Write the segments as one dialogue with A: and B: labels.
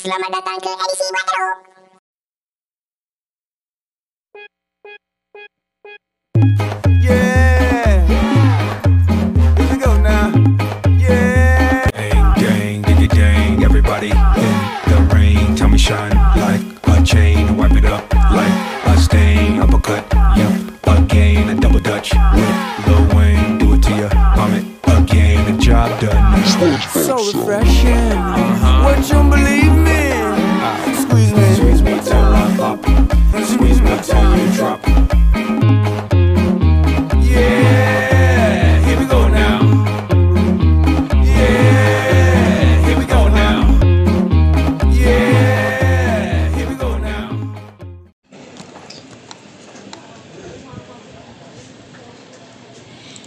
A: Selamat datang ke edisi Buat Teruk.
B: Yeah. Here we go now. Yeah.
C: Dang, dang, dang, dang, everybody in the rain. Tell me shine like a chain. Wipe it up like a stain. Uppercut, yep, again. A double dutch with Lil Wayne. Do it to ya, palm it again. The job done.
B: So refreshing. What you believe me? Squeeze me.
C: Squeeze me till I'm up. Squeeze me till you drop. Yeah, here we go now. Yeah, here we go now. Yeah, here we go now.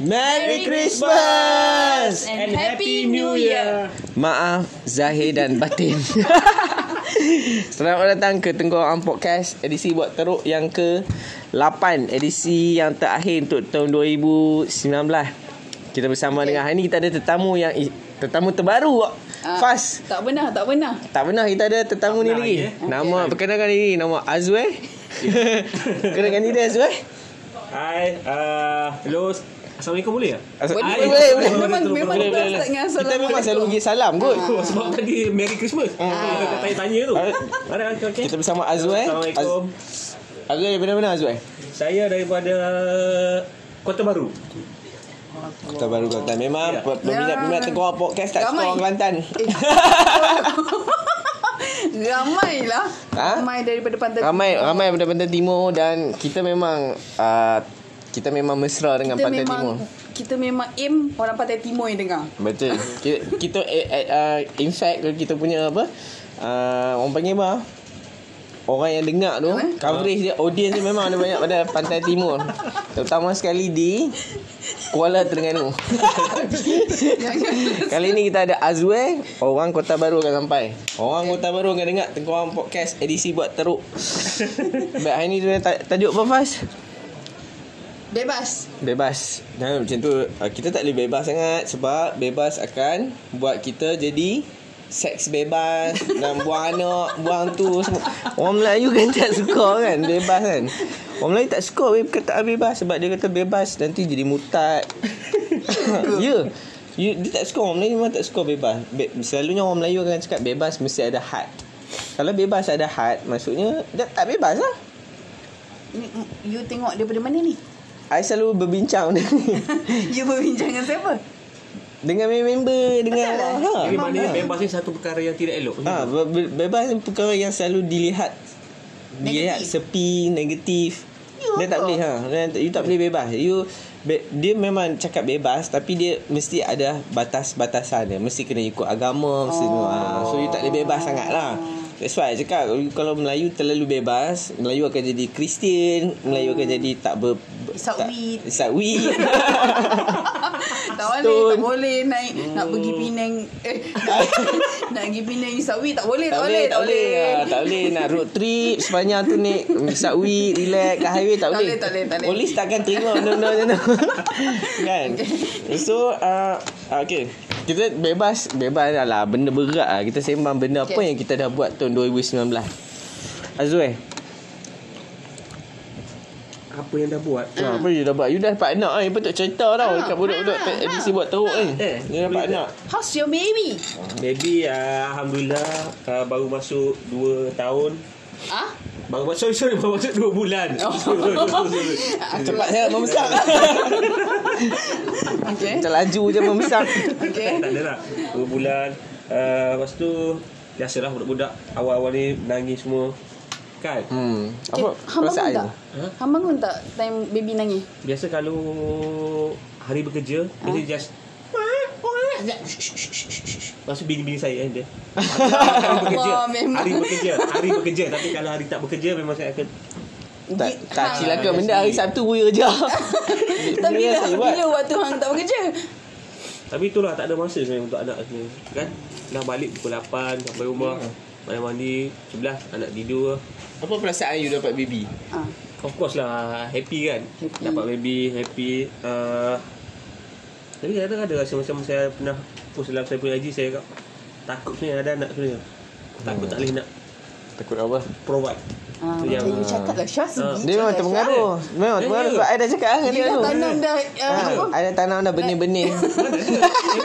D: Merry Christmas!
E: and Happy New Year.
D: Maaf Zahir dan batin Selamat datang ke Tengkorang Podcast Edisi Buat Teruk yang ke-8 Edisi yang terakhir untuk tahun 2019 Kita bersama okay. dengan Hari ni kita ada tetamu yang Tetamu terbaru
E: Ah,
D: uh, Fas
E: Tak pernah, tak pernah.
D: Tak pernah kita ada tetamu ni lagi
F: lagi, eh?
D: Nama, perkenalkan diri Nama Azwe Perkenalkan diri Azwe
F: Hai, uh, hello. Assalamualaikum boleh tak?
D: Boleh,
F: Hai.
D: boleh, boleh.
E: Memang memang
F: Boleh,
E: kita
F: boleh,
E: start dengan
D: Kita memang
E: Assalamualaikum.
D: selalu pergi salam kot
F: Oh, sebab tadi Merry Christmas. Ah. Kita tak tanya-tanya tu.
D: Ah.
F: Ada okey okey.
D: Kita bersama eh. Azwai.
F: Assalamualaikum.
D: Azwe daripada mana Azwe?
F: Saya daripada Kota Baru.
D: Kota Baru Kelantan Memang
F: Ya.
D: pe- peminat-peminat
E: Ya.
D: Tengkorak Podcast Tak suka
E: Ramai.
D: orang Kelantan
E: Eh. Ramai lah.
D: Ha?
E: Ramai daripada pantai.
D: Ramai ramai daripada Pantai Timur Dan kita memang uh, Kita memang mesra dengan
E: Kita
D: Pantai
E: memang
D: Timur
E: kita memang aim orang pantai timur yang dengar.
D: Betul Kita, kita eh, eh, uh, In fact kalau Kita punya apa uh, Orang panggil apa Orang yang dengar tu Coverage dia Audience dia memang ada banyak Pada Pantai Timur Terutama sekali di Kuala Terengganu Kali ni kita ada Azwe Orang Kota Baru akan sampai Orang Kota Baru akan dengar Tengkorang Podcast Edisi buat teruk Baik hari ni dia punya ta- Tajuk apa Fas?
E: Bebas.
D: Bebas Jangan macam tu Ah, Kita tak boleh bebas sangat Sebab bebas akan Buat kita jadi Seks bebas Dan buang anak Buang tu semua Orang Melayu kan tak suka kan Bebas kan Orang Melayu tak suka be- Kata bebas Sebab dia kata bebas Nanti jadi mutat Ya yeah. You, dia tak suka Orang Melayu memang tak suka bebas Be, Selalunya orang Melayu akan cakap Bebas mesti ada had Kalau bebas ada had Maksudnya Dia tak bebas lah
E: Ni, mm, You tengok daripada mana ni?
D: I selalu berbincang
E: you berbincang dengan siapa?
D: Dengan member Dengan
E: Betul lah.
D: ha,
F: Jadi maknanya
D: ha.
F: bebas ni satu perkara yang tidak elok.
D: ha, be- be- Bebas ni perkara yang selalu dilihat Dilihat
E: Negatif.
D: sepi Negatif
E: You
D: Dia tak
E: apa?
D: boleh ha. Dia tak- You tak boleh bebas You be, Dia memang cakap bebas Tapi dia Mesti ada Batas-batasan dia Mesti kena ikut agama Mesti oh. ha. So you tak boleh bebas sangat lah That's why I cakap kalau- Kalau Melayu terlalu bebas Melayu akan jadi Kristian Melayu akan jadi Tak ber, ber
E: Isawi.
D: tak, Isawi
E: tak boleh,
D: Stone.
E: tak boleh naik
D: Hmm.
E: nak pergi Penang eh nak, nak pergi Penang Isawi tak boleh, tak, boleh, tak boleh.
D: Ah, tak boleh nak road trip sepanjang tu ni Sakwi relax kat highway tak
E: Tak
D: boleh
E: boleh, tak boleh, tak boleh.
D: polis takkan terima benda-benda macam tu kan so uh, okay kita bebas bebas dah lah benda berat lah kita sembang benda apa
E: Okay.
D: yang kita dah buat tahun 2019 Azul eh?
F: Apa yang dah buat?
E: Hmm.
F: Ah.
D: Ha, apa you dah buat? You dah dapat anak eh. Betul cerita tau. Dekat budak-budak
E: ha, ha.
D: edisi buat teruk ni.
F: Eh,
D: You dah dapat
F: boleh
D: anak.
E: How's your baby?
F: Baby uh, alhamdulillah uh, baru masuk 2 tahun.
E: Ah?
F: Baru masuk sorry, sorry baru masuk 2 bulan.
D: Oh.
E: Ah,
D: Cepat sangat membesar.
E: Okay.
D: Macam laju je membesar.
E: Okay.
F: tak ada lah 2 bulan uh, Lepas tu Biasalah budak-budak Awal-awal ni Nangis semua Kan hmm.
D: Hmm.
E: Okay,
D: Apa
E: hang bangun
D: perasaan?
E: tak?
F: Ha?
E: Hang bangun tak time baby nangis?
F: Biasa kalau Hari bekerja ha? Biasa just
E: Ya,
F: Lepas tu bini-bini saya kan dia Hari bekerja
E: Wah, memang.
F: Hari bekerja Hari bekerja Tapi kalau hari tak bekerja Memang saya akan
D: Tak,
E: Gi-
D: tak
E: hang-
D: silakan benda hari Sabtu boleh kerja.
E: Tak
D: Benda
E: bila,
D: yang saya buat.
E: bila waktu hang tak bekerja?
F: Tapi itulah tak ada masa sebenarnya Untuk anak ni Kan Dah balik pukul 8 Sampai rumah
E: Ya.
F: Mandi mandi Sebelah Anak tidur
D: Apa perasaan you dapat baby?
E: Ha.
F: Of course lah Happy kan
E: Happy.
F: Dapat baby Happy uh, Tapi kadang-kadang ada rasa Macam saya pernah Post dalam saya punya IG Saya cakap Takut sebenarnya ada anak sebenarnya Tak, aku tak boleh nak
D: Takut apa
F: provide.
E: Ah, macam
F: Tu yang-
E: you cakap lah Syah sedih
D: Dia memang
E: cakap,
D: terpengaruh Memang
F: Ya,
D: terpengaruh
F: ya.
D: Sebab I dah cakap
E: Syah.
D: dengan
E: Dia
D: dia
E: dah
D: tu
E: tanam dah ah, apa?
D: Ha, I dah tanam dah benih-benih
F: Mana ada?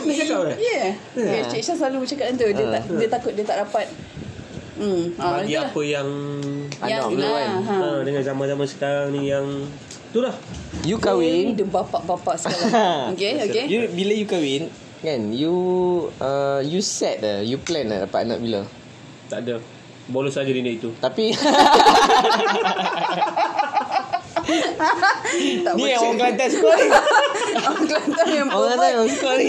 F: Dia cakap orang.
E: Ya. Ya, Cik Syah selalu bercakap macam tu. Dia
D: Ah.
E: tak dia takut dia tak dapat. Hmm. Ah,
F: Bagi
E: itulah.
F: apa yang
E: Yang
D: Anak dulu kan
E: ah, ha.
F: ha, dengan zaman-zaman sekarang ni yang itulah.
D: You
E: Kahwin
D: kahwin
E: Dia bapak-bapak sekarang Okay okay
D: You bila you kahwin kan you uh, you set dah you plan dah dapat anak bila
F: Tak ada. Bolos saja dia itu.
D: tapi
E: Tak
D: ni
E: boleh
D: yang orang
E: cakap.
D: Kelantan suka ni
E: Orang Kelantan yang
D: orang Kelantan
E: perempuan
D: yang suka ni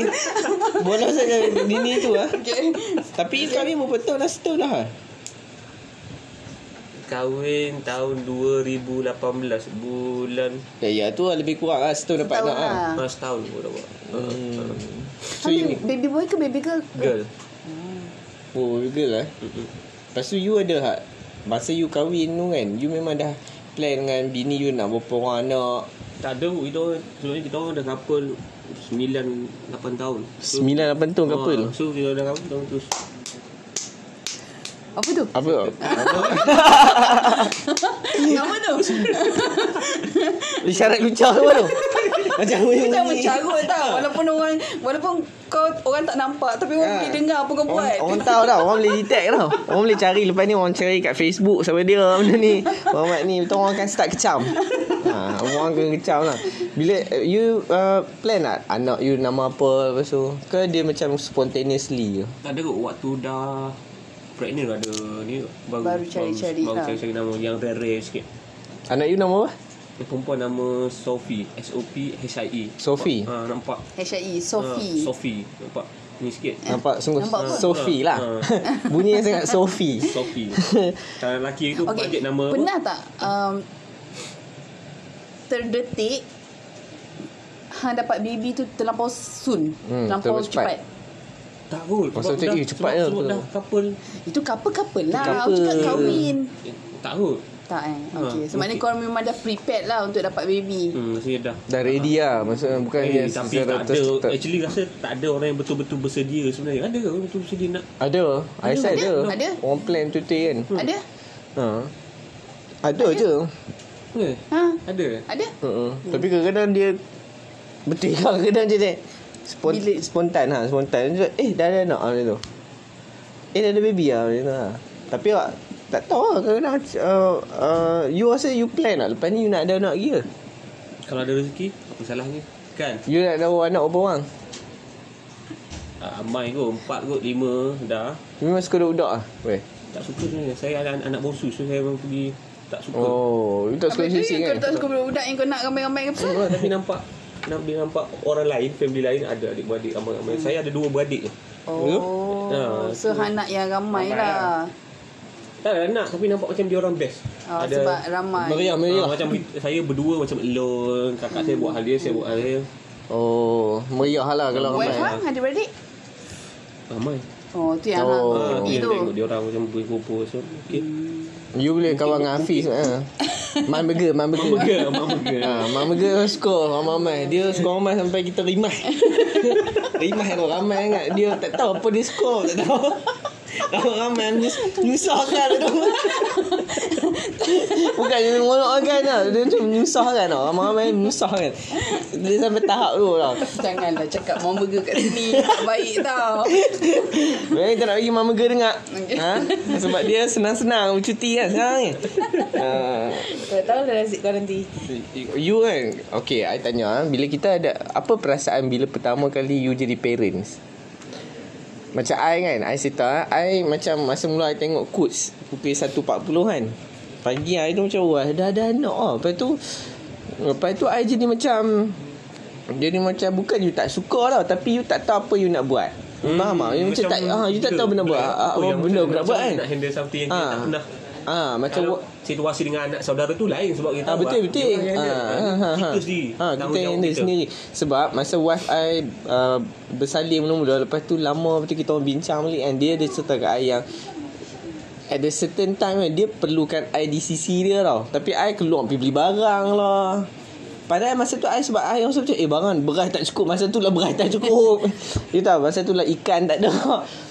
D: bolos saja dini tu ah
E: Okay
D: tapi you kahwin berapa tahun dah setahun dah ah?
F: Kahwin tahun 2018 bulan
D: ya ya tu lah lebih kurang lah setahun dapat
E: Setahun
D: anak ah
E: lah.
F: ha. setahun pun dah buat. Hmm.
D: so you
E: Baby boy ke baby girl?
F: Girl.
D: oh you girl lah lepas tu you ada hak masa you kahwin tu kan you memang dah plan dengan bini you nak berapa orang anak
F: Tak ada kita sebenarnya kita orang dah couple 9 8 tahun.
D: 9 8 tahun couple
F: Ha, so kita dah couple tahun terus.
E: Apa tu?
D: apa
E: Nama tu?
D: isyarat lucah tu apa tu macam
E: Macam
D: bunyi-bunyi.
E: mencarut tau Walaupun orang Walaupun kau Orang tak nampak Tapi orang
D: Ah.
E: boleh dengar Apa kau buat
D: Orang, orang tahu tau Orang boleh detect tau Orang boleh cari Lepas ni orang cari kat Facebook Sama dia Benda ni Muhammad ni Betul orang akan start kecam ha, Orang akan kecam lah Bila uh, You uh, plan tak Anak you nama apa Lepas tu Ke dia macam Spontaneously je
F: Tak ada kot waktu dah pregnant baru ada ni kot. baru
E: Baru cari-cari,
F: baru, baru
E: ha.
F: cari-cari nama yang rare-rare sikit.
D: Anak you nama apa
F: Yang perempuan nama Sophie, S O P H I E.
D: Sophie?
F: Ha, nampak.
E: HIE
F: Ha,
E: E, Sophie Eh.
F: Sophie. Nampak. Ni sikit.
D: Nampak sungguh
E: Nampak apa?
D: Sophie lah
F: Ha.
D: Bunyinya sangat Sophie
F: Sophie. Kalau lelaki tu okay.
E: Okay
F: budget nama
E: Pernah tak um, Terdetik Hang dapat baby tu terlampau soon
D: Hmm,
E: Terlampau
D: terlalu cepat.
E: cepat.
F: Tak kot.
D: Pasal tu,
F: sebab dah-
D: eh, cepat
F: sebab,
D: je
F: Sebab
D: tu.
F: dah couple.
E: Itu couple-couple lah Aku
D: couple.
E: cakap kahwin
F: Eh, tak kot.
E: Tak eh Okay
F: Ha,
E: So maknanya
F: okay.
E: korang memang dah prepared lah Untuk dapat baby
F: Hmm, maksudnya dah.
D: Dah ready lah Maksudnya bukan
F: Eh,
D: dia
F: tapi
D: secara
F: tak ada
D: ter- ter-
F: Actually rasa tak ada orang yang betul-betul bersedia sebenarnya Ada ke orang betul bersedia nak
D: Ada Aisyah
E: ada,
D: ada
E: ada.
D: Orang plan tu tu kan
E: Ada?
D: ha. Ada je
F: eh,
E: Ha?
F: Ada
E: Ada?
D: Uh-uh. Tapi kadang-kadang dia Betul lah kadang macam ni Spont,
E: Bila?
D: Spontan ha Spontan Dia cakap, Eh dah ada anak ha, macam tu Eh dah ada baby lah macam tu ha. Tapi awak Tak tahu lah kadang-kadang uh, uh, You rasa you plan lah Lepas ni you nak ada anak lagi ke
F: Kalau ada rezeki Apa salahnya Kan
D: You nak tahu anak berapa orang
F: ah, Amai kot Empat kot Lima Dah
D: You memang suka budak-budak lah Weh
F: Tak suka sebenarnya Saya anak, anak bosu So saya memang pergi Tak suka oh.
D: Oh You tak suka
E: Habis tu
D: sisi
E: yang kau tak
D: kan
E: suka budak-budak Yang kau nak ramai-ramai ke apa?
F: Ah, Tapi nampak nak dia nampak orang lain family lain ada adik-beradik ramai-ramai hmm. saya ada dua beradik je
E: Oh
F: Ya,
E: So
F: tu.
E: hang nak yang ramai
F: Ramai
E: lah
F: tak ada anak tapi nampak macam dia orang best
E: Oh, sebab ramai.
D: Meriah meriah
F: Ah, macam bi- saya berdua macam alone kakak saya buat hal dia saya buat hal dia
D: Oh Meriah lah kalau
E: Wife
D: ramai
E: hang adik-beradik?
F: ramai
E: Oh tu yang
D: Oh.
E: hang
F: ah,
E: happy
F: dia
E: tu
F: tengok dia orang macam boleh kumpul so okey
D: You boleh kawan dengan Hafiz ha. Man burger Man burger
F: mama girl mama girl
D: Ha, Mama Girl suka Mama Mai Dia suka Mama Mai sampai kita rimah Rimah tu ramai sangat Dia tak tahu apa dia suka Tak tahu Tahu ramai Menyusahkan tu Bukan dia ngonak kan tau Dia macam menyusahkan tau Ramai-ramai menyusahkan Dia sampai tahap tu tau
E: Janganlah cakap mama girl kat sini Tak baik tau
D: Sebenarnya tak nak bagi Mama Girl dengar ha? Sebab dia senang-senang Cuti kan sekarang ni ha.
E: Kau tahu lah nasib kau nanti
D: You kan Okay I tanya ah, Bila kita ada Apa perasaan Bila pertama kali You jadi parents Macam I kan I cerita ah, I macam Masa mula I tengok Coach Kupir 140 kan Pagi I tu macam Wah dah ada anak lah Lepas tu Lepas tu I jadi macam Jadi macam Bukan you tak suka tau Tapi you tak tahu Apa you nak buat hmm, Faham tak You macam, tak ah, You tak tahu benda buat ah, Apa benda aku nak buat kan
F: Nak handle something yang
D: Ah.
F: kita tak pernah
D: Ah, macam
F: Kalau situasi dengan anak saudara tu lain sebab kita
D: Ah betul
F: buat.
D: betul. Ah,
F: Dia orang
D: ah, ah,
F: handle.
D: ah.
F: Kita sendiri.
D: Ah kita
F: Tanggungjawab
D: handle sendiri. Sebab masa wife I uh, bersalin mula-mula lepas tu lama betul kita orang bincang balik kan dia ada cerita kat I yang At a certain time kan Dia perlukan I di sisi dia tau Tapi I keluar pergi beli barang lah Padahal masa tu I sebab I also macam Eh barang beras tak cukup Masa tu lah beras tak cukup You tahu masa tu lah ikan tak ada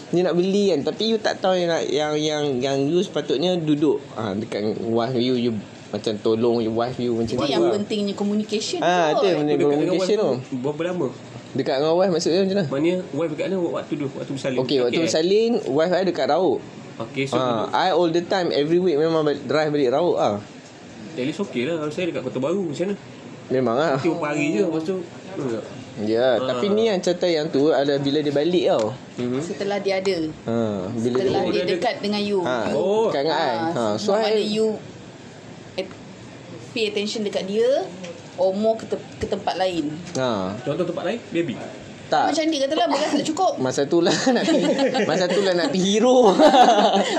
D: you nak beli kan tapi you tak tahu yang nak, yang yang yang you sepatutnya duduk ha, dekat wife you you macam tolong you wife you macam tu
E: Itu Oh, yang
D: lah.
E: pentingnya communication
D: Ah,
E: kot.
D: tu yang penting.
F: Dekat dengan
D: Communication
F: wife
D: tu.
F: Berapa lama?
D: Dekat dengan wife maksudnya macam mana?
F: Maknanya wife dekat mana waktu tu? Waktu bersalin.
D: Okay, waktu
F: eh?
D: bersalin wife I dekat Rauk.
F: Okay, so
D: Ha, I all the time every week memang balik- drive balik Rauk ah.
F: at least okay lah. Kalau saya dekat Kota Baru macam mana?
D: Memang ah.
F: Tiup hari je lepas tu. hmm,
D: Ya, tapi ni yang cerita yang tu ada bila dia balik tau.
E: Setelah dia ada
D: Ha, bila dia
E: Setelah
F: Oh,
E: dia
F: dia ada-
E: dekat dengan you
D: ha,
E: You
F: Oh.
D: dekat dengan I. Ha,
E: Ah,
D: so
E: maknanya
D: I
E: you at- pay attention dekat dia or more ke, te- ke tempat lain.
D: ha,
F: Contoh tempat lain, baby.
D: tak.
E: Macam ni katalah beras tak cukup.
D: Masa tu lah nak pi- Masa tu lah nak pergi hero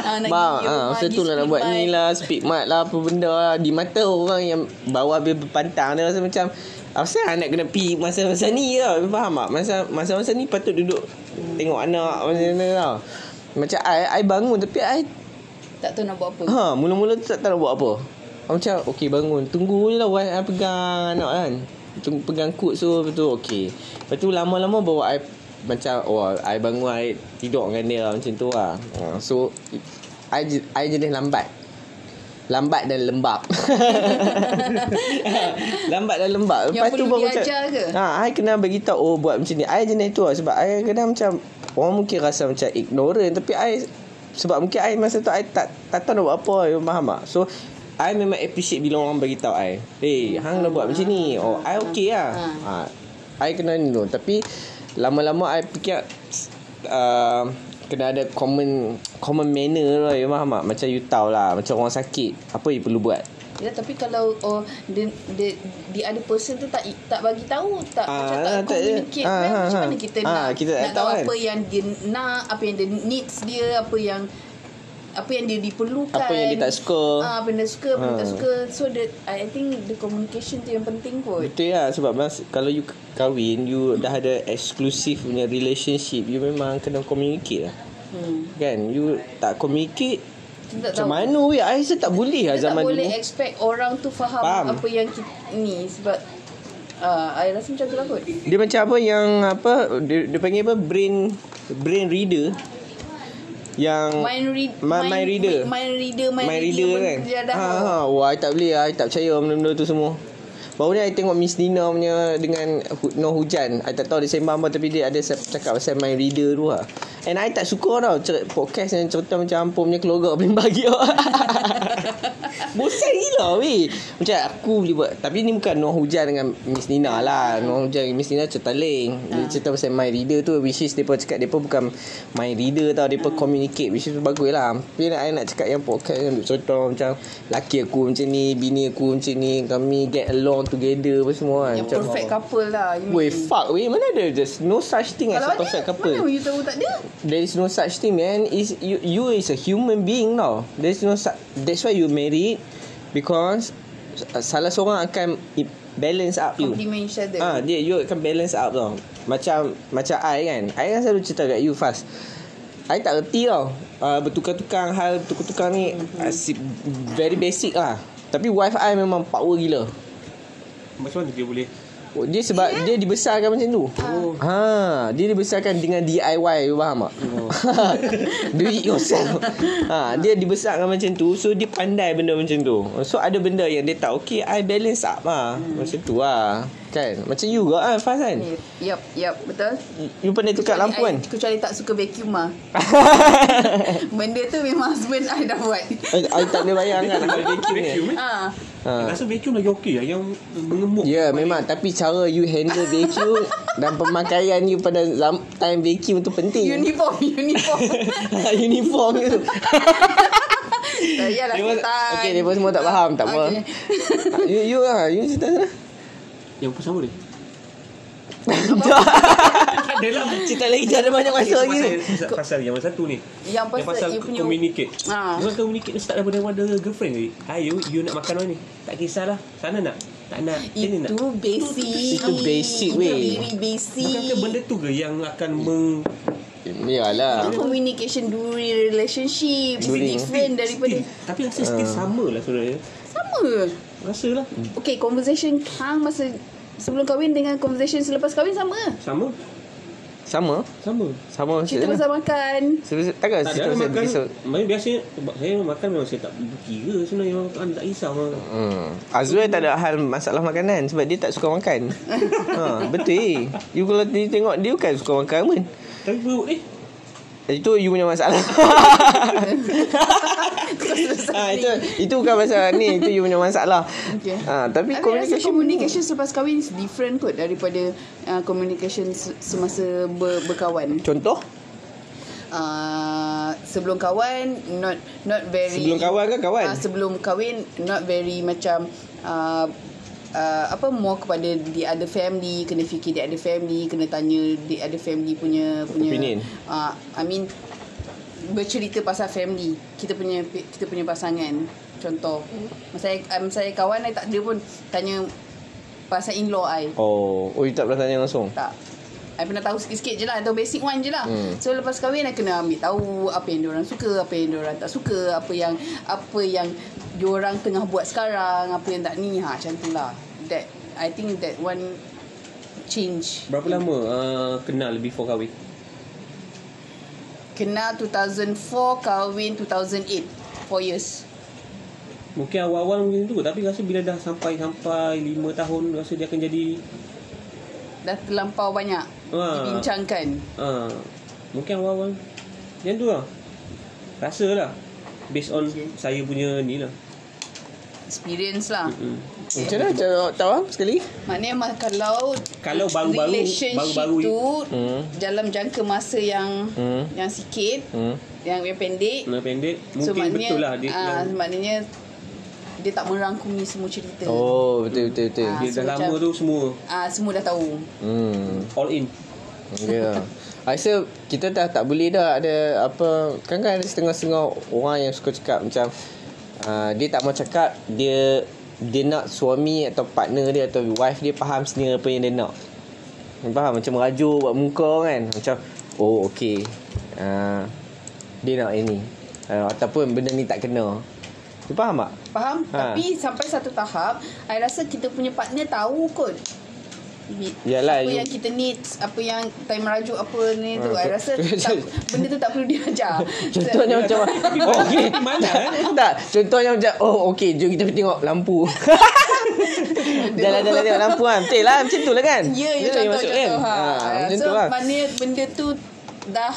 E: Ah, nak pergi
D: Bang,
E: hero,
D: ha, Masa
E: pergi
D: tu lah nak
E: speed
D: buat
E: mart.
D: ni lah Speed mart lah Apa benda lah Di mata orang yang Bawa habis berpantang Dia rasa macam Asal anak kena pi Masa-masa ni lah Faham tak Masa, Masa-masa ni patut duduk Tengok anak Macam mana lah Macam I I bangun Tapi I
E: Tak tahu nak buat apa.
D: Ha Mula-mula tu tak tahu nak buat apa I Macam Okay bangun Tunggu je lah Wife I pegang anak kan Tunggu pegang kut so Lepas tu okay Lepas tu lama-lama bawa I Macam Oh I bangun I tidur dengan dia lah, Macam tu lah ha, So I, je- I jenis lambat Lambat dan lembab Ha, Lambat dan lembab
E: Yang
D: Lepas tu
E: perlu
D: baru
E: diajar
D: macam
E: ke?
D: ha, I kena beritahu Oh buat macam ni I jenis tu lah Sebab I kadang macam Orang mungkin rasa macam ignorant Tapi I Sebab mungkin I masa tu I tak, tak tahu nak buat apa You faham tak So I memang appreciate bila orang beritahu I Hey Hang nak buat macam ni Oh I okay lah ha. I kena ni tu Tapi Lama-lama I fikir uh, Kena ada common Common manner lah You faham tak Macam you tahu lah Macam orang sakit Apa you perlu buat
E: Ya tapi kalau oh, the, the, the other person tu tak tak bagi tahu, tak
D: Ah,
E: macam
D: ah,
E: tak
D: tak ada.
E: communicate
D: Ah,
E: kan,
D: ah,
E: macam
D: ah.
E: mana kita
D: Ah,
E: nak
D: kita tak
E: nak tahu
D: tahu kan.
E: apa yang dia nak, apa yang dia needs dia, apa yang apa yang dia diperlukan.
D: Apa yang dia tak suka.
E: Ah, apa yang dia suka, apa yang
D: Ah.
E: tak suka. So the, I think the communication tu yang penting kot.
D: Betul lah sebab mas, kalau you kahwin you dah ada exclusive punya relationship you memang kena communicate lah.
E: Hmm.
D: Kan you tak communicate
E: Kita tak
D: macam
E: tahu.
D: mana weh I rasa tak boleh lah
E: Kita
D: zaman
E: tak boleh
D: dulu.
E: expect orang tu faham,
D: Faham.
E: apa yang kita, ni sebab uh, I rasa macam tu lah kot.
D: Dia macam apa yang apa dia, dia panggil apa brain brain reader yang
E: Mind read
D: Hmm. Ma- mind reader.
E: Mind reader Mind,
D: main reader
E: pun
D: kan.
E: dia dah
D: Ha ha wah I tak boleh lah. I tak percaya benda-benda tu semua. Baru ni I tengok Miss Nina punya dengan hu- No Hujan. I tak tahu dia sembang apa tapi dia ada se- cakap pasal my reader tu lah. And I tak suka tau cer- podcast yang cerita macam Ampun punya keluarga boleh bagi awak. Bosan gila weh. Macam aku boleh buat. Tapi ni bukan No Hujan dengan Miss Nina lah. No Hujan dengan Miss Nina cerita lain.
E: Ah.
D: Dia cerita pasal my reader tu which is depa cakap depa bukan my reader tau.
E: Ah.
D: Depa communicate which is bagus lah. Tapi I nak cakap yang podcast yang duk cerita macam laki aku macam ni, bini aku macam ni, kami get along together apa semua kan.
E: Yang
D: Macam
E: perfect couple lah you
D: Weh
E: mean.
D: fuck weh Mana ada There's no such thing as
E: Kalau
D: a
E: ada
D: perfect couple
E: Mana you tahu tak ada
D: There is no such thing man is you, you is a human being now There is no su- That's why you married Because uh, Salah seorang akan i- Balance up you
E: Compliment each other
D: Ah, dia you akan balance up tau. Macam macam I kan. I kan selalu cerita kat you fast. I tak reti tau. Uh, bertukar-tukar hal bertukar-tukar ni mm-hmm. very basic lah. Tapi wife I memang power gila.
F: Macam mana dia boleh?
D: Oh, Dia sebab yeah. dia dibesarkan macam tu. Oh. Ha, dia dibesarkan dengan DIY, you faham tak?
E: Oh.
D: Do it yourself. Ha, dia dibesarkan macam tu, so dia pandai benda macam tu. So ada benda yang dia tak okay, I balance up lah.
E: Hmm.
D: Macam tu lah. Kan? Macam you ke ah, Faz kan?
E: Yep, Yep, yep, betul.
D: You pernah tukar
E: Kecuali
D: lampu
E: Hmm. I-
D: kan?
E: Kecuali tak suka vacuum ah. Benda tu memang husband I dah buat.
D: Eh, I tak boleh bayang kan
F: Kalau
D: vacuum ni.
F: vacuum eh?
E: Ah,
D: Ha.
F: Rasa vacuum lagi okey lah Yang mengemuk
D: Ya yeah, memang tapi cara you handle vacuum dan pemakaian you pada zam- time vacuum tu penting.
E: uniform, uniform.
D: Uniform tu.
E: tak yalah
D: Dia pun-
E: setan.
D: okay, dia pun semua tak faham, tak apa.
E: Okay.
D: you you ah, you cerita sana.
F: Yang pun sama dia Tak ada lah
D: Cerita lagi dah ada banyak masa lagi.
F: pasal, pasal yang satu ni
E: Yang pasal you punya-
F: communicate
E: Ah.
F: Bukan communicate ni Start daripada daripada girlfriend ni Hai you, you nak makan mana ni Tak kisahlah Sana nak Tak nak Sini nak
E: Itu basic.
D: Itu basic, weh.
E: Itu very basic.
F: Bukankah benda tu ke Yang akan meng
D: Ya, Yalah.
E: communication during relationship
D: During.
E: during. different daripada
F: Still, Tapi rasa still
D: Ah.
F: sama lah sebenarnya
E: sama.
F: Rasa lah
E: Okay, conversation hang masa sebelum kahwin dengan conversation selepas kahwin sama.
F: Sama
D: Sama
F: Sama
D: Sama maksudnya
E: Cerita pasal makan.
D: Sebesar, takkan
F: Tak
D: cerita
F: ada
D: pasal
F: makan
D: episode
F: Maksudnya biasanya sebab Saya makan memang saya tak berbuki ke Sebenarnya makan tak risau lah
D: Hmm. Azul tak ada hal masalah makanan sebab dia tak suka makan. ha, betul. You kalau dia tengok dia bukan suka makan pun.
F: Tapi perut eh
D: Itu you punya masalah. ha, itu itu bukan masalah ni, itu you punya masalah.
E: Okay.
D: Ha, tapi
E: Tapi
D: communication
E: communication, communication selepas kahwin is different kot daripada uh, communication se- semasa ber, berkawan.
D: contoh
E: Uh, sebelum kawan not not very
D: Sebelum kawan ke kawan?
E: Ah, sebelum kahwin not very macam uh, uh, apa more kepada the other family kena fikir the other family kena tanya the other family punya punya
D: Opinion.
E: uh, I mean bercerita pasal family kita punya kita punya pasangan contoh masa saya um, saya kawan saya tak ada pun tanya pasal in-law I
D: Oh, oh you tak pernah tanya langsung.
E: tak I pernah tahu sikit-sikit je lah Atau basic one je lah
D: Hmm.
E: So lepas kahwin I kena ambil tahu Apa yang diorang suka Apa yang diorang tak suka Apa yang Apa yang Diorang tengah buat sekarang Apa yang tak ni ha, Macam tu lah That I think that one Change
F: Berapa lama uh, kenal before kahwin?
E: Kenal 2004 Kahwin 2008 4 years
F: Mungkin awal-awal mungkin tu Tapi rasa bila dah sampai-sampai 5 tahun Rasa dia akan jadi
E: Dah terlampau banyak
F: Ah.
E: Dibincangkan
F: uh, Mungkin awal-awal Yang tu lah Rasa lah Based on
E: Okay.
F: saya punya ni lah
E: Experience lah
F: hmm.
D: Macam mana cara awak tahu ah, sekali?
E: Maknanya mah kalau
F: Kalau baru-baru-
E: relationship
F: baru-baru
E: tu
D: Hmm.
E: dalam jangka masa yang
D: Hmm.
E: yang sikit
D: Hmm.
E: yang yang pendek
F: Kenal pendek Mungkin betul lah dia,
E: ah,
F: yang,
E: maknanya dia tak merangkumi semua cerita.
D: Oh, betul betul betul.
E: Ah.
F: dia dah
E: so
F: lama
E: macam-
F: tu semua
E: Ah semua dah tahu.
D: Hmm.
F: All in
D: Ya. Yeah. Rasa kita dah tak boleh dah ada apa kan kan ada setengah-setengah orang yang suka cakap macam uh, dia tak mau cakap dia dia nak suami atau partner dia atau wife dia faham sendiri apa yang dia nak. Yang Faham macam merajuk buat muka kan macam oh okey. Uh, dia nak ini uh, ataupun benda ni tak kena. You faham tak?
E: Faham?
D: Ha.
E: Tapi sampai satu tahap, I rasa kita punya partner tahu kot. Ni-
D: Yalah,
E: apa
D: you-
E: yang kita needs Apa yang Time merajuk apa ni tu
D: Ha, tu-
E: I rasa tak, Benda tu tak perlu diajar
D: Contohnya macam oh, okey
F: Mana, eh?
D: Tak, contohnya macam oh okey jom kita pergi tengok lampu. Jalan-jalan tengok lampu kan. Betul lah macam tu lah kan.
E: Ya, ya
D: Itu yang
E: contoh,
D: masuk
E: contoh.
D: kan?
E: Ha.
D: Ha, macam
E: so,
D: tu lah.
E: maknanya benda tu dah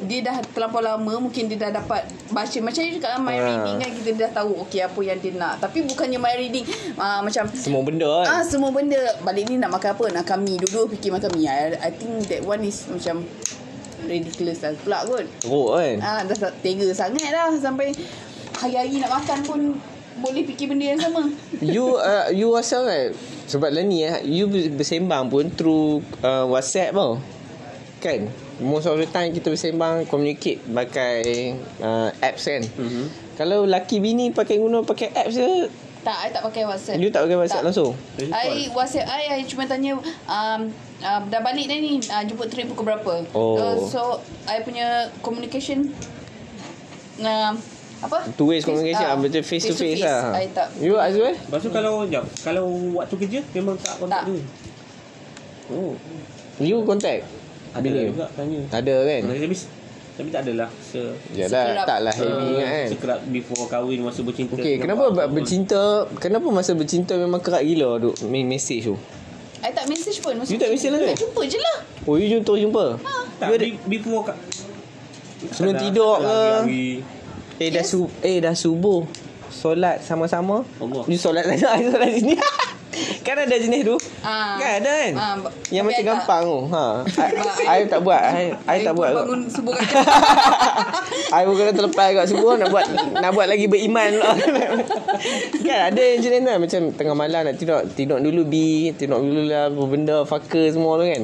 E: dia dah terlampau lama mungkin dia dah dapat baca macam dia cakap lah, my
D: Ha.
E: reading kan kita dah tahu okey apa yang dia nak tapi bukannya my reading ah, macam
D: Semua benda kan.
E: ah semua benda balik ni nak makan apa nak kami dua-dua fikir makan mi I, I think that one is macam ridiculous lah pula kot
D: Teruk kan.
E: ah dah tak tega sangat lah sampai hari-hari nak makan pun boleh fikir benda yang sama
D: you uh, you rasa kan sebab lah ni eh, you ber- bersembang pun through uh, WhatsApp tau. Kan? Most of the time kita bersembang communicate pakai uh, apps kan. Mm-hmm. Kalau laki bini pakai guna pakai apps je
E: tak I tak pakai WhatsApp
D: You tak pakai WhatsApp langsung?
E: I WhatsApp I, I cuma tanya um, um, Dah balik dah ni uh, Jemput train pukul berapa
D: Oh.
E: uh, So I punya communication uh, Apa?
D: Two ways communication
E: ah,
D: ah, Betul face to face lah
E: I tak
D: You Azul eh?
F: Lepas tu kalau jap, Kalau waktu kerja Memang tak kontak
E: Tak.
F: dia Oh
D: You contact?
F: Ada lah
D: Bila?
F: juga tanya
D: Ada kan?
F: Tapi, tapi tak adalah se,
D: Yalah
E: Sekerap.
D: tak lah heavy
F: uh,
D: ingat kan
F: Sekerap before kahwin Masa bercinta
D: Okay kenapa
F: nampak
D: bab- bercinta Kenapa masa bercinta memang kerat gila duk main message tu
E: I tak message pun
D: You tak message lah
E: I
D: kan?
E: jumpa je lah
D: Oh you jumpa jumpa
F: Tak
D: You ada,
F: be- before ka-
D: Sebelum
F: Tak lah,
D: tidur
F: tak
D: ke?
F: hari-hari.
D: Eh dah
E: Yes.
D: su, Eh dah subuh Solat sama-sama
F: Allah.
D: You solat sana I solat sini Kan ada jenis tu
E: Ah.
D: Kan ada kan
E: Ah, ba-
D: Yang macam
E: tapi I tak. Eh,
D: gampang tu ha. I, I, tak buat I, I tak
E: pun
D: buat kot.
E: Bangun subuh kat
D: I bukan terlepas kat subuh nak buat nak buat lagi beriman pula. kan ada yang jenis kan macam tengah malam nak tidur tidur dulu bi tidur dulu lah apa benda fucker semua tu kan.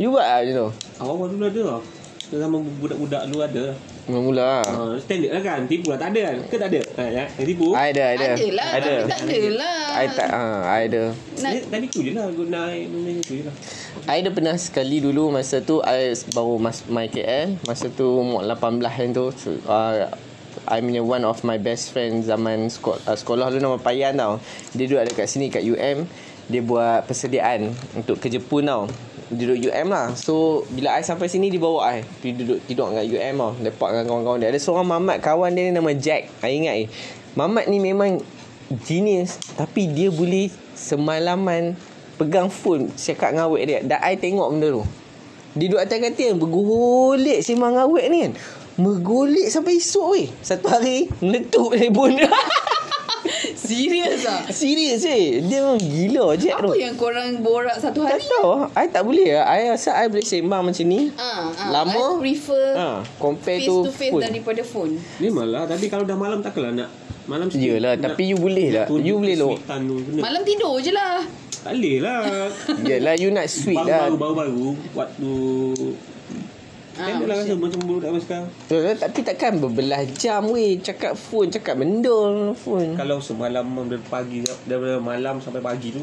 D: You buat lah macam tu.
F: Awal-awal dulu ada lah Zaman budak-budak dulu ada lah
D: Mula-mula lah.
F: uh, Standard lah kan Tipu lah tak ada kan Ke tak ada ha, ya? Yang tipu
D: I ada, I ada.
E: Adalah
D: I ada.
E: lah, Tapi tak lah. adalah
D: I tak ha, I ada.
E: nak-
F: Dia- Tadi tu je lah Good night Benda tu je lah
D: I ada pernah sekali dulu masa tu I baru mas my KL, masa tu umur 18 kan tu uh, I punya one of my best friend zaman sekolah, uh, sekolah dulu nama Payan tau. Dia duduk dekat sini kat UM, dia buat persediaan untuk ke Jepun tau. duduk UM lah So bila I sampai sini dia bawa I Pergi duduk tidur dengan UM tau Lepak dengan kawan-kawan dia Ada seorang Mamat kawan dia ni nama Jack I ingat eh Mamat ni memang genius Tapi dia boleh semalaman pegang phone Cakap dengan awet dia Dan I tengok benda tu Dia duduk atas katil Bergulik simang dengan awet ni kan Bergulik sampai esok weh Satu hari meletup telefon dia
E: Serius ah.
D: Serius eh Dia memang gila Jack tu
E: Apa yang korang borak satu
D: tak
E: hari?
D: tahu I tak boleh lah I rasa I boleh sembang macam ni
E: Ah, ah,
D: Lama
E: I prefer
D: ah, Compare
E: face
D: tu
E: to face
D: phone.
E: daripada phone.
F: Memang lah Tapi kalau dah malam takkanlah nak Malam
D: Yelah, tapi you boleh lah.
F: tunjuk
D: You boleh lho.
F: kesuitan tu, kena.
E: Malam tidur je lah.
F: Tak boleh lah
D: Yelah you nak sweet
F: Baru-
D: lah
F: baru- Baru-baru Waktu
E: Ah,
F: Kan dia lah rasa macam budak masa sekarang
D: Yelah, Tapi takkan berbelah jam weh Cakap phone Cakap benda Phone
F: Kalau semalam Dari pagi Dari malam sampai pagi tu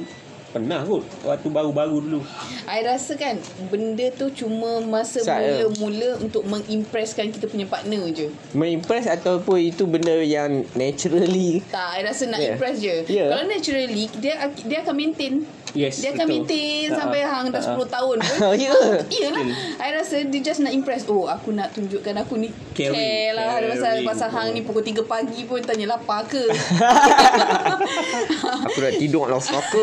F: Pernah kot Waktu baru-baru dulu
E: I rasa kan benda tu cuma masa
D: Saya.
E: mula-mula untuk mengimpresskan kita punya partner je.
D: Mengimpress ataupun Itu benda yang Naturally
E: Tak, I rasa
D: Yeah.
E: nak yeah. impress je.
D: Yeah.
E: Kalau naturally dia ak- dia akan maintain.
F: Yes,
E: dia akan
F: betul.
E: maintain
F: Ha,
E: sampai
F: ha,
E: hang dah
F: ha,
E: 10 tahun pun.
D: Ya
E: Iyalah. I rasa dia just nak impress. Oh, aku nak tunjukkan aku ni
F: Caring.
E: care, lah. Ada pasal
F: Caring.
E: pasal hang ni pukul 3 pagi pun tanya lapar ke.
D: Aku nak tidur Lah suka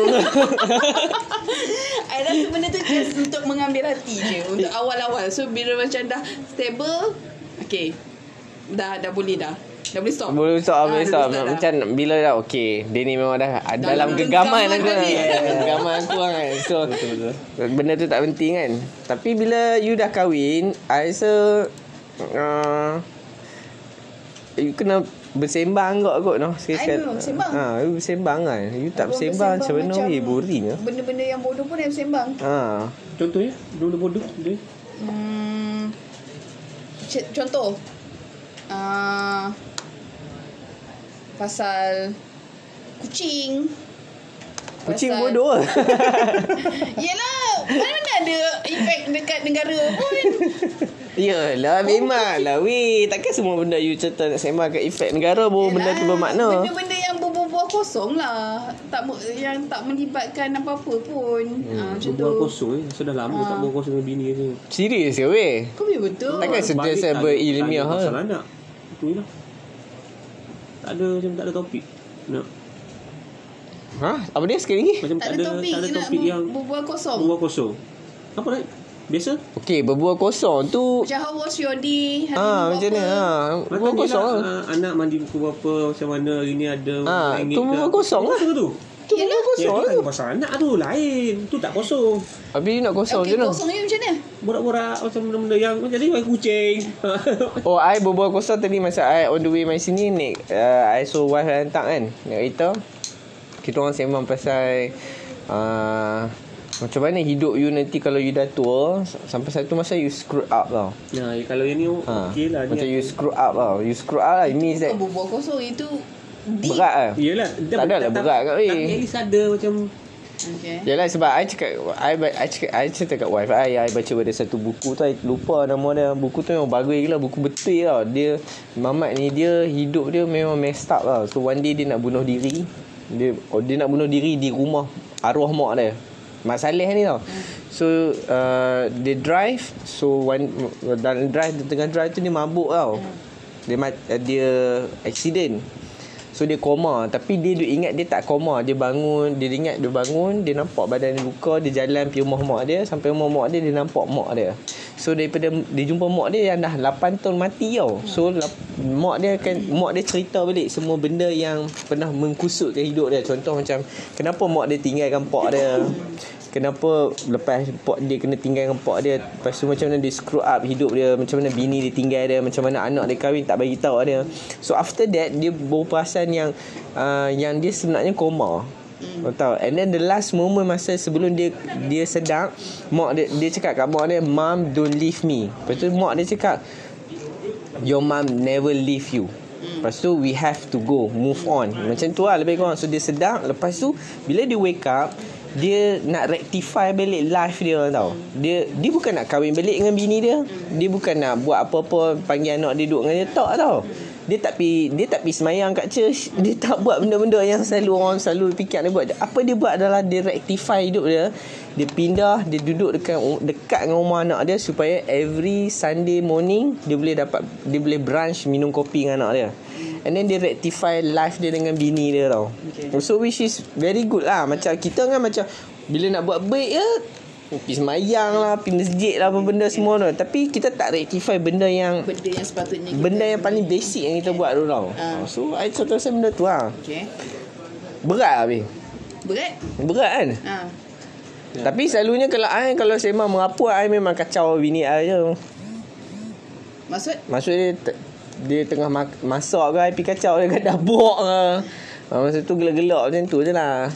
E: I rasa benda tu just untuk mengambil hati je Untuk awal-awal So bila macam dah stable Okay Dah dah boleh dah Dah boleh stop
D: Boleh stop
E: Ah,
D: Boleh
E: dah
D: stop
E: dah.
D: Macam bila dah Okay Dia ni memang dah Dalam,
E: genggaman
D: genggaman aku
E: tadi.
D: kan. Genggaman aku kan So
F: Betul-betul
D: Benda tu tak penting kan Tapi bila you dah kahwin I rasa uh, You kena bersembang kot kot no.
E: I memang bersembang.
D: ha, You bersembang kan You tak
E: Abang
D: bersembang, macam mana weh Boring lah
E: Benda-benda yang bodoh pun yang sembang
D: ha.
F: Contohnya Dulu bodoh Dia
E: hmm, c- Contoh uh, Pasal Kucing
D: Kucing
E: Pasal-
D: bodoh lah
E: Yelah Mana ada Efek dekat negara pun
D: Yelah memang lah weh Takkan semua benda you cerita nak sembang kat efek negara Baru benda tu
E: Yelah,
D: bermakna
E: Benda-benda yang berbual-bual kosong lah tak, mu- Yang tak melibatkan apa-apa pun hmm. ha, Macam tu
F: Bual kosong eh Sudah lama tak bual kosong dengan bini dia
D: Serius ya weh
E: Kau biar betul
D: Takkan sentiasa berilmiah
F: ha.
D: ha?
F: Pasal anak. Tu je lah. Tak ada macam tak ada topik. Nak
D: Ha? Apa dia sekali lagi?
F: macam
E: Tak ada topik
F: tak ada
E: nak
F: topik
E: bu-
F: yang
E: berbual kosong
F: buang kosong. Apa nak? Biasa?
D: Okey, berbual kosong tu
E: Macam how was your day Hari
D: Ah,
E: ni buat
D: macam mana?
E: apa?
D: Ha, berbual
F: Macam ni
D: kosong.
F: lah,
D: lah.
F: ah, anak mandi pukul berapa macam mana ini ada
D: Ah,
F: ringgit
D: tu
F: ke.
D: buang kosong lah.
F: Tu tu.
D: Tu berbual
F: Ya,
D: kosong
F: tu
D: lah
F: kan
D: tu.
F: pasal anak tu lain. Tu tak kosong.
D: Habis you nak kosong
E: Okay,
D: je tu.
E: kosong ni macam mana?
F: Borak-borak macam benda-benda yang macam ni macam kucing.
D: Oh, I berbual kosong tadi masa I on the way my sini ni uh, I suruh wife I hantar kan naik kereta. Kita orang sembang pasal uh, macam mana hidup you nanti kalau you dah tua s- sampai satu masa you screw up tau.
F: nah, kalau yang ni
D: Ha.
F: okey lah.
D: macam
F: Ni-
D: you screw up tau. You screw up lah. It means
E: Bukan
D: that
E: berbual kosong itu deep
D: berat lah.
F: Yelah.
D: Tak ada lah berat kat weh.
F: Tapi at least ada macam
E: okay.
D: Yalah sebab I cakap I, ba- I, cakap, I cerita kat wife I I baca pada satu buku tu I lupa nama dia Buku tu memang bagus gila Buku betul tau Dia Mamat ni dia Hidup dia memang messed up lah So one day dia nak bunuh diri Dia oh, Dia nak bunuh diri di rumah Arwah mak dia Mak Saleh ni tau So uh, Dia drive So one Dalam drive Tengah drive tu dia mabuk tau Dia mat, Dia Accident So dia koma Tapi dia duk ingat dia tak koma Dia bangun Dia ingat dia bangun Dia nampak badan dia luka Dia jalan pergi rumah mak dia Sampai rumah mak dia Dia nampak mak dia So daripada Dia jumpa mak dia Yang dah 8 tahun mati tau So lap- Mak dia akan Mak dia cerita balik Semua benda yang Pernah mengkusutkan hidup dia Contoh macam Kenapa mak dia tinggalkan pak dia Kenapa Lepas pak dia kena tinggalkan pak dia Lepas tu macam mana dia screw up hidup dia Macam mana bini dia tinggal dia Macam mana anak dia kahwin tak bagi tahu dia So after that Dia berperasan yang uh, Yang dia sebenarnya koma Kau tahu And then the last moment Masa sebelum dia Dia sedar Mak dia, dia cakap kat mak dia Mom don't leave me Lepas tu mak dia cakap Your mom never leave you Lepas tu we have to go Move on Macam tu lah lebih kurang So dia sedar Lepas tu Bila dia wake up Dia nak rectify balik life dia tau Dia dia bukan nak kahwin balik dengan bini dia Dia bukan nak buat apa-apa Panggil anak dia duduk dengan dia Tak tau dia tak pi dia tak pi semayang kat church dia tak buat benda-benda yang selalu orang selalu fikir dia buat apa dia buat adalah dia rectify hidup dia dia pindah dia duduk dekat dekat dengan rumah anak dia supaya every Sunday morning dia boleh dapat dia boleh brunch minum kopi dengan anak dia and then dia rectify life dia dengan bini dia tau okay. so which is very good lah macam kita kan macam bila nak buat baik ya Pergi semayang lah Pergi masjid lah Apa benda semua tu Tapi kita tak rectify benda yang
G: Benda yang sepatutnya kita
D: Benda yang paling basic Yang kita buat tu tau
G: Ah.
D: So I satu rasa benda tu lah
G: Okay
D: Berat lah Abi
G: Berat
D: Berat kan
E: Ah,
G: ha.
D: Tapi selalunya kalau I Kalau sembang merapu I memang kacau bini I je
G: Maksud
D: Maksud dia te- Dia tengah mak- masak ke I pergi kacau dia kat dapur ke ha, Masa tu gelak-gelak macam tu je lah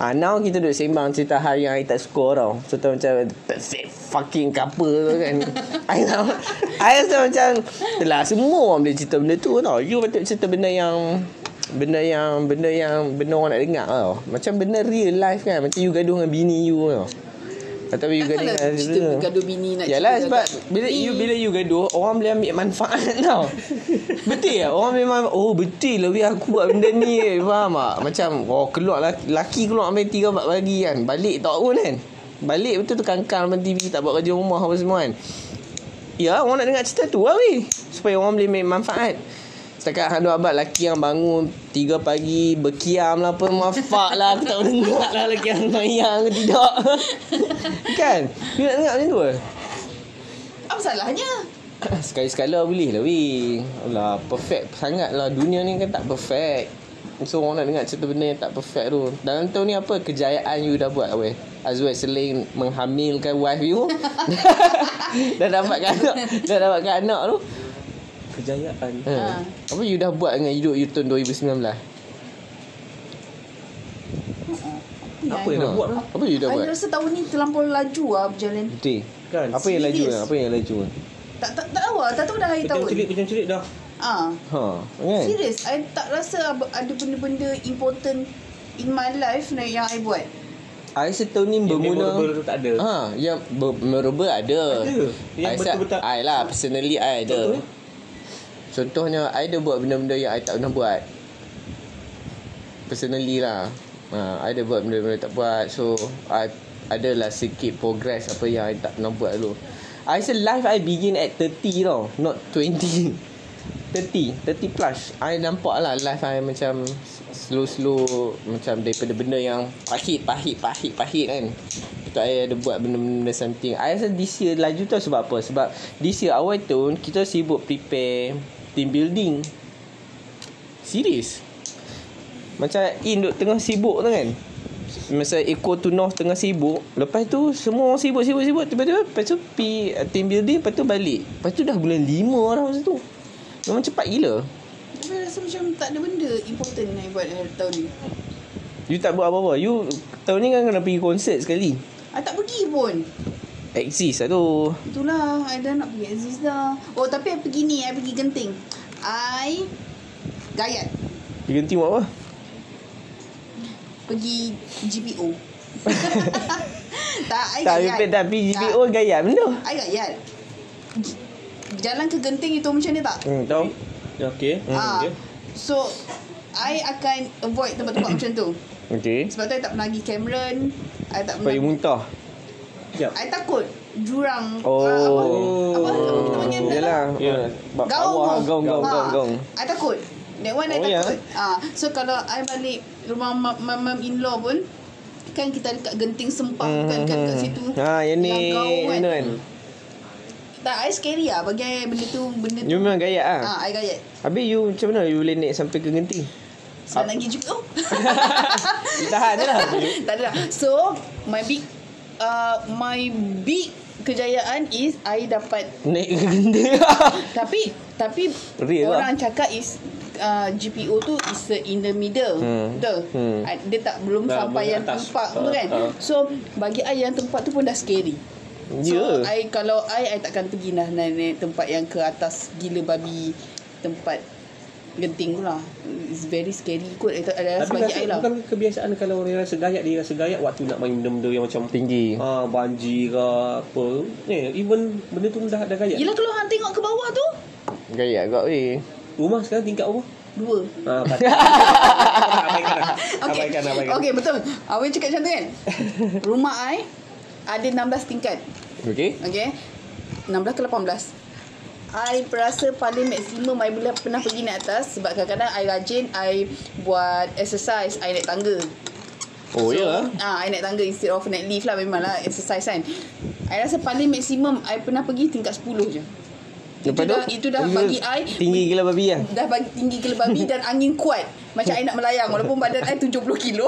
D: ha, Now kita duduk sembang cerita hal yang I tak suka tau Contoh macam Perfect fucking couple tu kan I tak I rasa macam Telah semua orang boleh cerita benda tu tau You patut cerita benda yang Benda yang Benda yang Benda orang nak dengar tau Macam benda real life kan Macam you gaduh dengan bini you tau Atau you gaduh
E: Takkanlah
D: dengan
E: lah cerita gaduh bini nak
D: Yalah
E: cerita
D: sebab
E: gaduh.
D: bila you bila you gaduh orang boleh ambil manfaat tau. betul ya? Orang memang oh betul lah weh aku buat benda ni eh. faham tak? Macam oh keluar laki, laki keluar sampai 3 4 pagi kan. Balik tak pun kan. Balik betul tu kangkang depan TV tak buat kerja rumah apa semua kan. Ya orang nak dengar cerita tu lah weh Supaya orang boleh ambil manfaat Setakat Handu Abad lelaki yang bangun 3 pagi Berkiam lah apa Mafak lah Aku tak dengar lah lelaki yang mayang ke tidak Kan You nak dengar macam tu ke?
G: Apa salahnya
D: Sekali-sekala boleh lah weh Alah perfect sangat lah Dunia ni kan tak perfect So orang nak dengar cerita benda yang tak perfect tu Dalam tahun ni apa kejayaan you dah buat weh Azwar selain menghamilkan wife you Dah dapatkan anak Dah dapatkan anak tu
F: Kejayaan.
D: ha. Apa you dah buat dengan hidup you tahun 2019
F: Apa yang nak
D: Ha.
F: buat tu?
D: Apa you dah
E: I
D: buat
E: rasa tahun ni terlampau laju lah berjalan.
D: Betul
F: Kan,
D: Apa yang laju lah,
E: serious.
D: Apa yang laju
E: Tak tak tak tahu lah, tak tahu dah hari
F: Macam
E: tahun.
F: cerit, macam cerit dah.
E: Ah,
D: Ha kan
E: serius, I tak rasa ab- ada benda-benda important in my life na- yang I buat.
D: I rasa tahun ni
F: Yang
D: bermula
F: memorable tu tak ada.
D: Ha, yang ber- memorable ada.
F: Ada. Yang
D: I rasa
F: betul-betul-
D: I lah personally I ada.
F: Betul.
D: Contohnya I ada buat benda-benda yang I tak pernah buat. Personally lah. Ha, I ada buat benda-benda tak buat. So I adalah sikit progress apa yang I tak pernah buat dulu. I rasa life I begin at 30 tau, not 20. 30 30 plus I nampak lah life I macam Slow-slow Macam daripada benda yang Pahit Pahit Pahit Pahit kan Betul I ada buat benda-benda something I rasa this year laju tu sebab apa Sebab this year awal tahun Kita sibuk prepare Team building Serius Macam In duk tengah sibuk tu kan Masa Eko to North tengah sibuk Lepas tu Semua orang sibuk Sibuk sibuk Tiba-tiba Lepas tu pi uh, Team building Lepas tu balik Lepas tu dah bulan 5 dah masa tu Memang cepat gila
E: Tapi I rasa macam tak ada benda important yang I buat hari tahun ni.
D: You tak buat apa-apa You Tahun ni kan kena pergi konsert sekali
E: I tak pergi pun.
D: Exist lah tu
E: Itulah, I dah nak pergi Aziz dah. Oh, tapi I pergi ni, I pergi genting. I gayat
D: You ganti buat apa?
E: Eh, pergi GPO. tak, I
D: tak, you
E: gayat.
D: pay- tapi GPO gaya benda
E: I gayat. J- Jalan ke genting itu macam ni tak?
D: Hmm, tahu?
F: Ya, Okey.
D: Ha.
E: Ah,
F: Okey.
E: so I akan avoid tempat-tempat macam tu.
D: Okay
E: Sebab tu I tak pernah pergi Cameron. I tak
D: Supaya
E: pernah.
D: muntah
F: Sekejap.
D: Ha.
E: I takut jurang.
D: Oh.
E: Ah, apa? Apa apa kita panggil?
D: Yalah
F: Ya.
D: Bab
E: lah. Gaung.
D: awah Gaung Gaung
E: Ha,
D: Gaung Gaung
E: I takut. That one I
D: Oh, ya.
E: takut. Ah, so kalau I balik rumah mam, mam, mam in-law pun kan kita dekat genting sempak
D: Hmm,
E: kan kan kat
D: hmm.
E: situ.
D: Ha, yang ni
E: gaung
D: Yang tu kan
E: Tak, I scary lah bagi I benda tu benda tu.
D: You memang gaya ah.
E: Ah, I gayat.
D: Habis you macam mana you boleh naik sampai ke Genting? Ah.
E: Sebab nak pergi GPO.
D: Tahan je lah.
E: tak ada lah. So, my big uh, my big kejayaan is I dapat
D: Naik ke Genting.
E: tapi tapi
D: Real lah.
E: orang cakap is uh, GPO tu is the in the middle
D: Hmm.
E: betul
D: Hmm.
E: Ah, dia tak belum
F: Dah,
E: sampai
F: belum
E: yang
F: atas.
E: tempat tu
F: Ah,
E: kan
F: ah.
E: so bagi I yang tempat tu pun dah scary so
D: Ya.
E: I kalau I I takkan pergi lah naik, naik tempat yang ke atas gila babi tempat genting tu lah it's very scary kot I tak, I rasa
F: Tapi
E: bagi
F: rasa,
E: I lah
F: bukan kebiasaan kalau orang yang rasa gayat dia rasa gayat waktu nak main benda-benda yang macam
D: Tinggi.
F: ah banji ke apa. Eh even benda tu dah dah gayat.
E: Yelah kalau hang tengok ke bawah tu
D: Gaya agak weh.
F: Rumah sekarang tingkat apa?
G: Dua
F: Ha, patut. abaikan lah.
E: Okay.
F: Abaikan, abaikan.
E: Okay betul Awin cakap macam tu kan Rumah I Ada 16 tingkat
D: Okay
E: Okay 16 ke 18 I rasa paling maksimum I bila pernah pergi naik atas Sebab kadang-kadang I rajin I buat exercise I naik tangga
D: Oh ya yeah.
E: Ah, I naik tangga instead of naik lift lah memang lah exercise kan. I rasa paling maksimum I pernah pergi tingkat 10 je.
D: Lepas tu
E: itu dah, itu dah bagi I
D: Tinggi gila babi kan
E: dah bagi tinggi gila babi dan angin kuat. Macam I nak melayang walaupun badan I 70 kilo.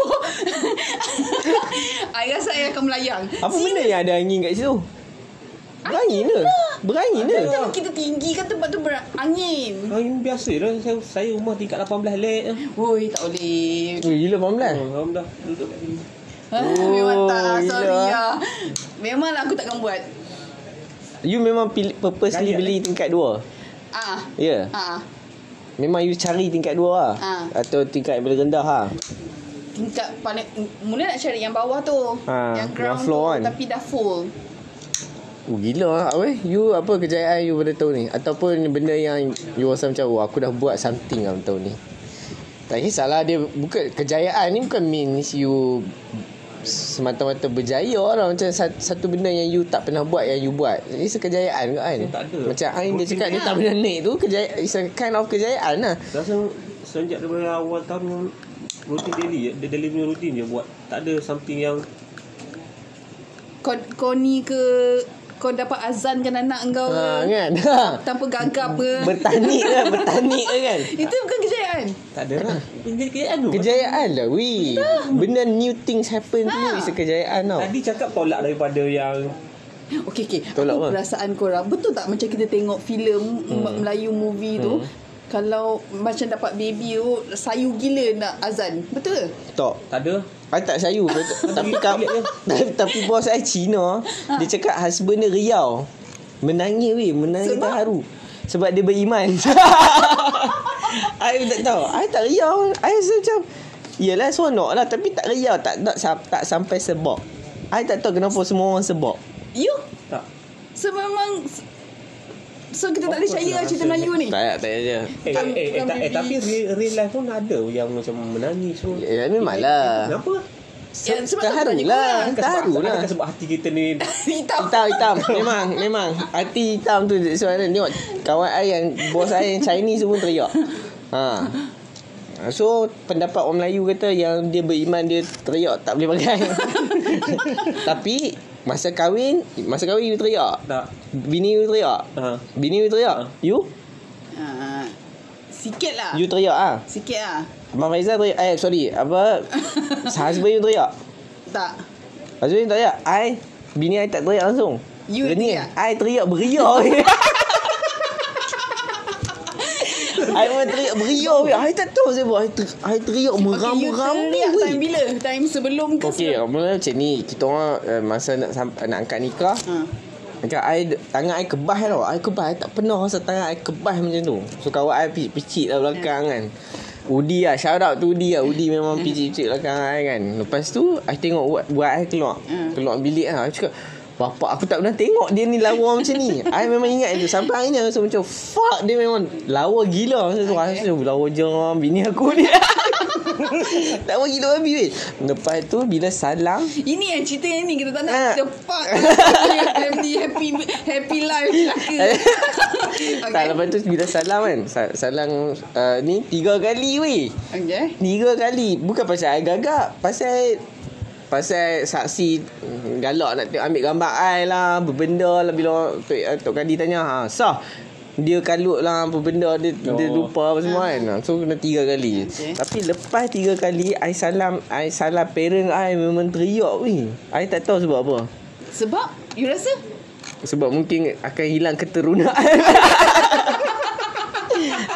E: I rasa I akan melayang.
D: Apa benda yang ada angin kat situ Berangin ke
E: lah.
D: Berangin ke
E: Kalau kita tinggi kan tempat tu berangin.
F: Angin biasa lah. Saya, saya rumah tingkat 18 lek. lah.
E: Woi, tak boleh.
D: Oh, gila 18
F: Oh, Alhamdulillah. Duduk kat sini.
E: Ah,
D: Oh,
E: memang tak lah,
D: gila.
E: sorry lah. Memanglah aku takkan buat.
D: You memang pilih, purposely
F: Layak,
D: beli tingkat 2
E: Ah.
D: Ya yeah.
E: Ah.
D: Memang you cari tingkat 2 lah
E: Ha.
D: Atau tingkat yang lebih rendah lah
E: tingkat paling mula nak cari yang bawah tu
D: Ah,
E: yang
D: yang
E: ground
D: floor
E: tu
D: kan?
E: tapi dah full
D: Oh gila lah Apa You apa kejayaan you pada tahun ni Ataupun benda yang You rasa macam Oh aku dah buat something lah tahun ni Tak kisahlah Dia bukan Kejayaan ni bukan means you Semata-mata berjaya lah Macam satu, satu benda yang you tak pernah buat Yang you buat It's a kejayaan kot kan
F: Dia Oh, tak ada.
D: Macam Ain dia cakap Dia tak pernah naik tu kejayaan, It's a kind of kejayaan lah
F: Rasa semenjak daripada awal tahun yang rutin daily je. Dia daily punya rutin je buat. Tak ada something yang
E: kau kau ni ke kau dapat azankan anak
F: Oh.
E: kau ke
D: ha, kan
E: tanpa gagap ke
D: Bertanik lah Bertanik lah kan
E: itu bukan kejayaan
F: tak ada lah. Ini kejayaan tu.
D: Kejayaan lah Weh Benda new things happen to
F: Ah.
D: you It's a kejayaan tau
F: Tadi cakap tolak daripada yang
E: okey okey
D: Tolak
E: apa
D: apa?
E: perasaan korang betul tak macam kita tengok filem hmm. Melayu movie tu
D: Hmm.
E: kalau macam dapat baby tu sayu gila nak azan betul ke
D: Tak
F: tak ada.
D: I tak sayu betul- Tapi kau tapi, tapi bos saya Cina Dia cakap husband dia riau Menangis weh Menangis
E: Sebab?
D: sebab? terharu Sebab dia beriman I tak tahu I tak riau I rasa macam Yelah seronok lah Tapi tak riau Tak, tak, sam- tak sampai sebab I tak tahu kenapa semua orang sebab
E: you
F: Tak.
E: Ya. so memang so kita tak
F: Of
E: boleh
F: course
E: percaya
F: lah
E: cerita
F: rasa.
E: Melayu ni
D: Tak payah tak payah je
F: Eh,
E: Bukan-
F: eh, eh,
E: bukan
F: tak, eh,
E: baby.
F: tapi real, real life pun ada yang macam menangis semua.
D: Ya, ya, memang lah.
F: Kenapa?
E: Ya, sebab tu aku
D: Terharu
E: tanya
D: lah
E: korang.
D: Terharu lah
F: Adakah sebab hati kita ni
E: hitam
D: Hitam hitam Memang Memang Hati hitam tu Sebenarnya tengok Kawan saya yang Bos saya yang Chinese pun teriak ha. So pendapat orang Melayu kata Yang dia beriman Dia teriak Tak boleh pakai Tapi Masa kahwin Masa kahwin you teriak
F: tak.
D: Bini you teriak
F: Ha.
D: Bini you teriak You
E: Ah, sikit lah
D: You teriak ah.
E: sikit lah
D: Abang Faizal teriak Eh sorry Apa Husband you teriak
E: tak
D: Husband you tak teriak I Bini I tak teriak langsung
E: You
D: Geni,
E: teriak.
D: I teriak beriak I pun teriak beriak weh. I tak tahu saya buat I, ter, I teriak
E: Okay, you
D: meramu-ramu
E: teriak
D: weh.
E: time bila? Time sebelum ke
D: Okey,
E: sebelum?
D: mula macam ni Kita orang uh, Masa nak, sam- nak angkat nikah
E: Ha.
D: Macam I Tangan I kebas eh, tau I kebas I tak pernah rasa tangan I kebas macam tu So kawan I pe- picit lah belakang kan Udi lah Shout out to Udi lah Udi memang picit-picit belakang I kan Lepas tu I tengok buat, buat I keluar
E: Hmm.
D: Keluar bilik lah I cakap Bapak aku tak pernah tengok dia ni lawa macam ni I memang ingat itu Sampai hari ni I rasa macam Fuck dia memang lawa gila Masa tu okay. I rasa lawa jam Bini aku ni Tak bagi gila babi weh Lepas tu bila salam
E: Ini yang cerita yang ni kita tak nak
D: Ah.
E: kita part family happy happy life lah ke.
D: Okay. Eh. Tak lepas tu bila salam kan sa- Salam uh, ni tiga kali weh
E: Okay.
D: Tiga kali Bukan pasal I gagap Pasal Pasal saksi mm, galak nak tengok ambil gambar I lah Berbenda lah bila orang- Tok, uh, Tok Kadi tanya ha, Sah dia kalut lah apa benda dia, oh. dia
F: Oh.
D: lupa apa semua kan so kena tiga kali okay. tapi lepas tiga kali I salam I salam parent I memang teriak weh I tak tahu sebab apa
E: Sebab you rasa
D: sebab mungkin akan hilang keturunan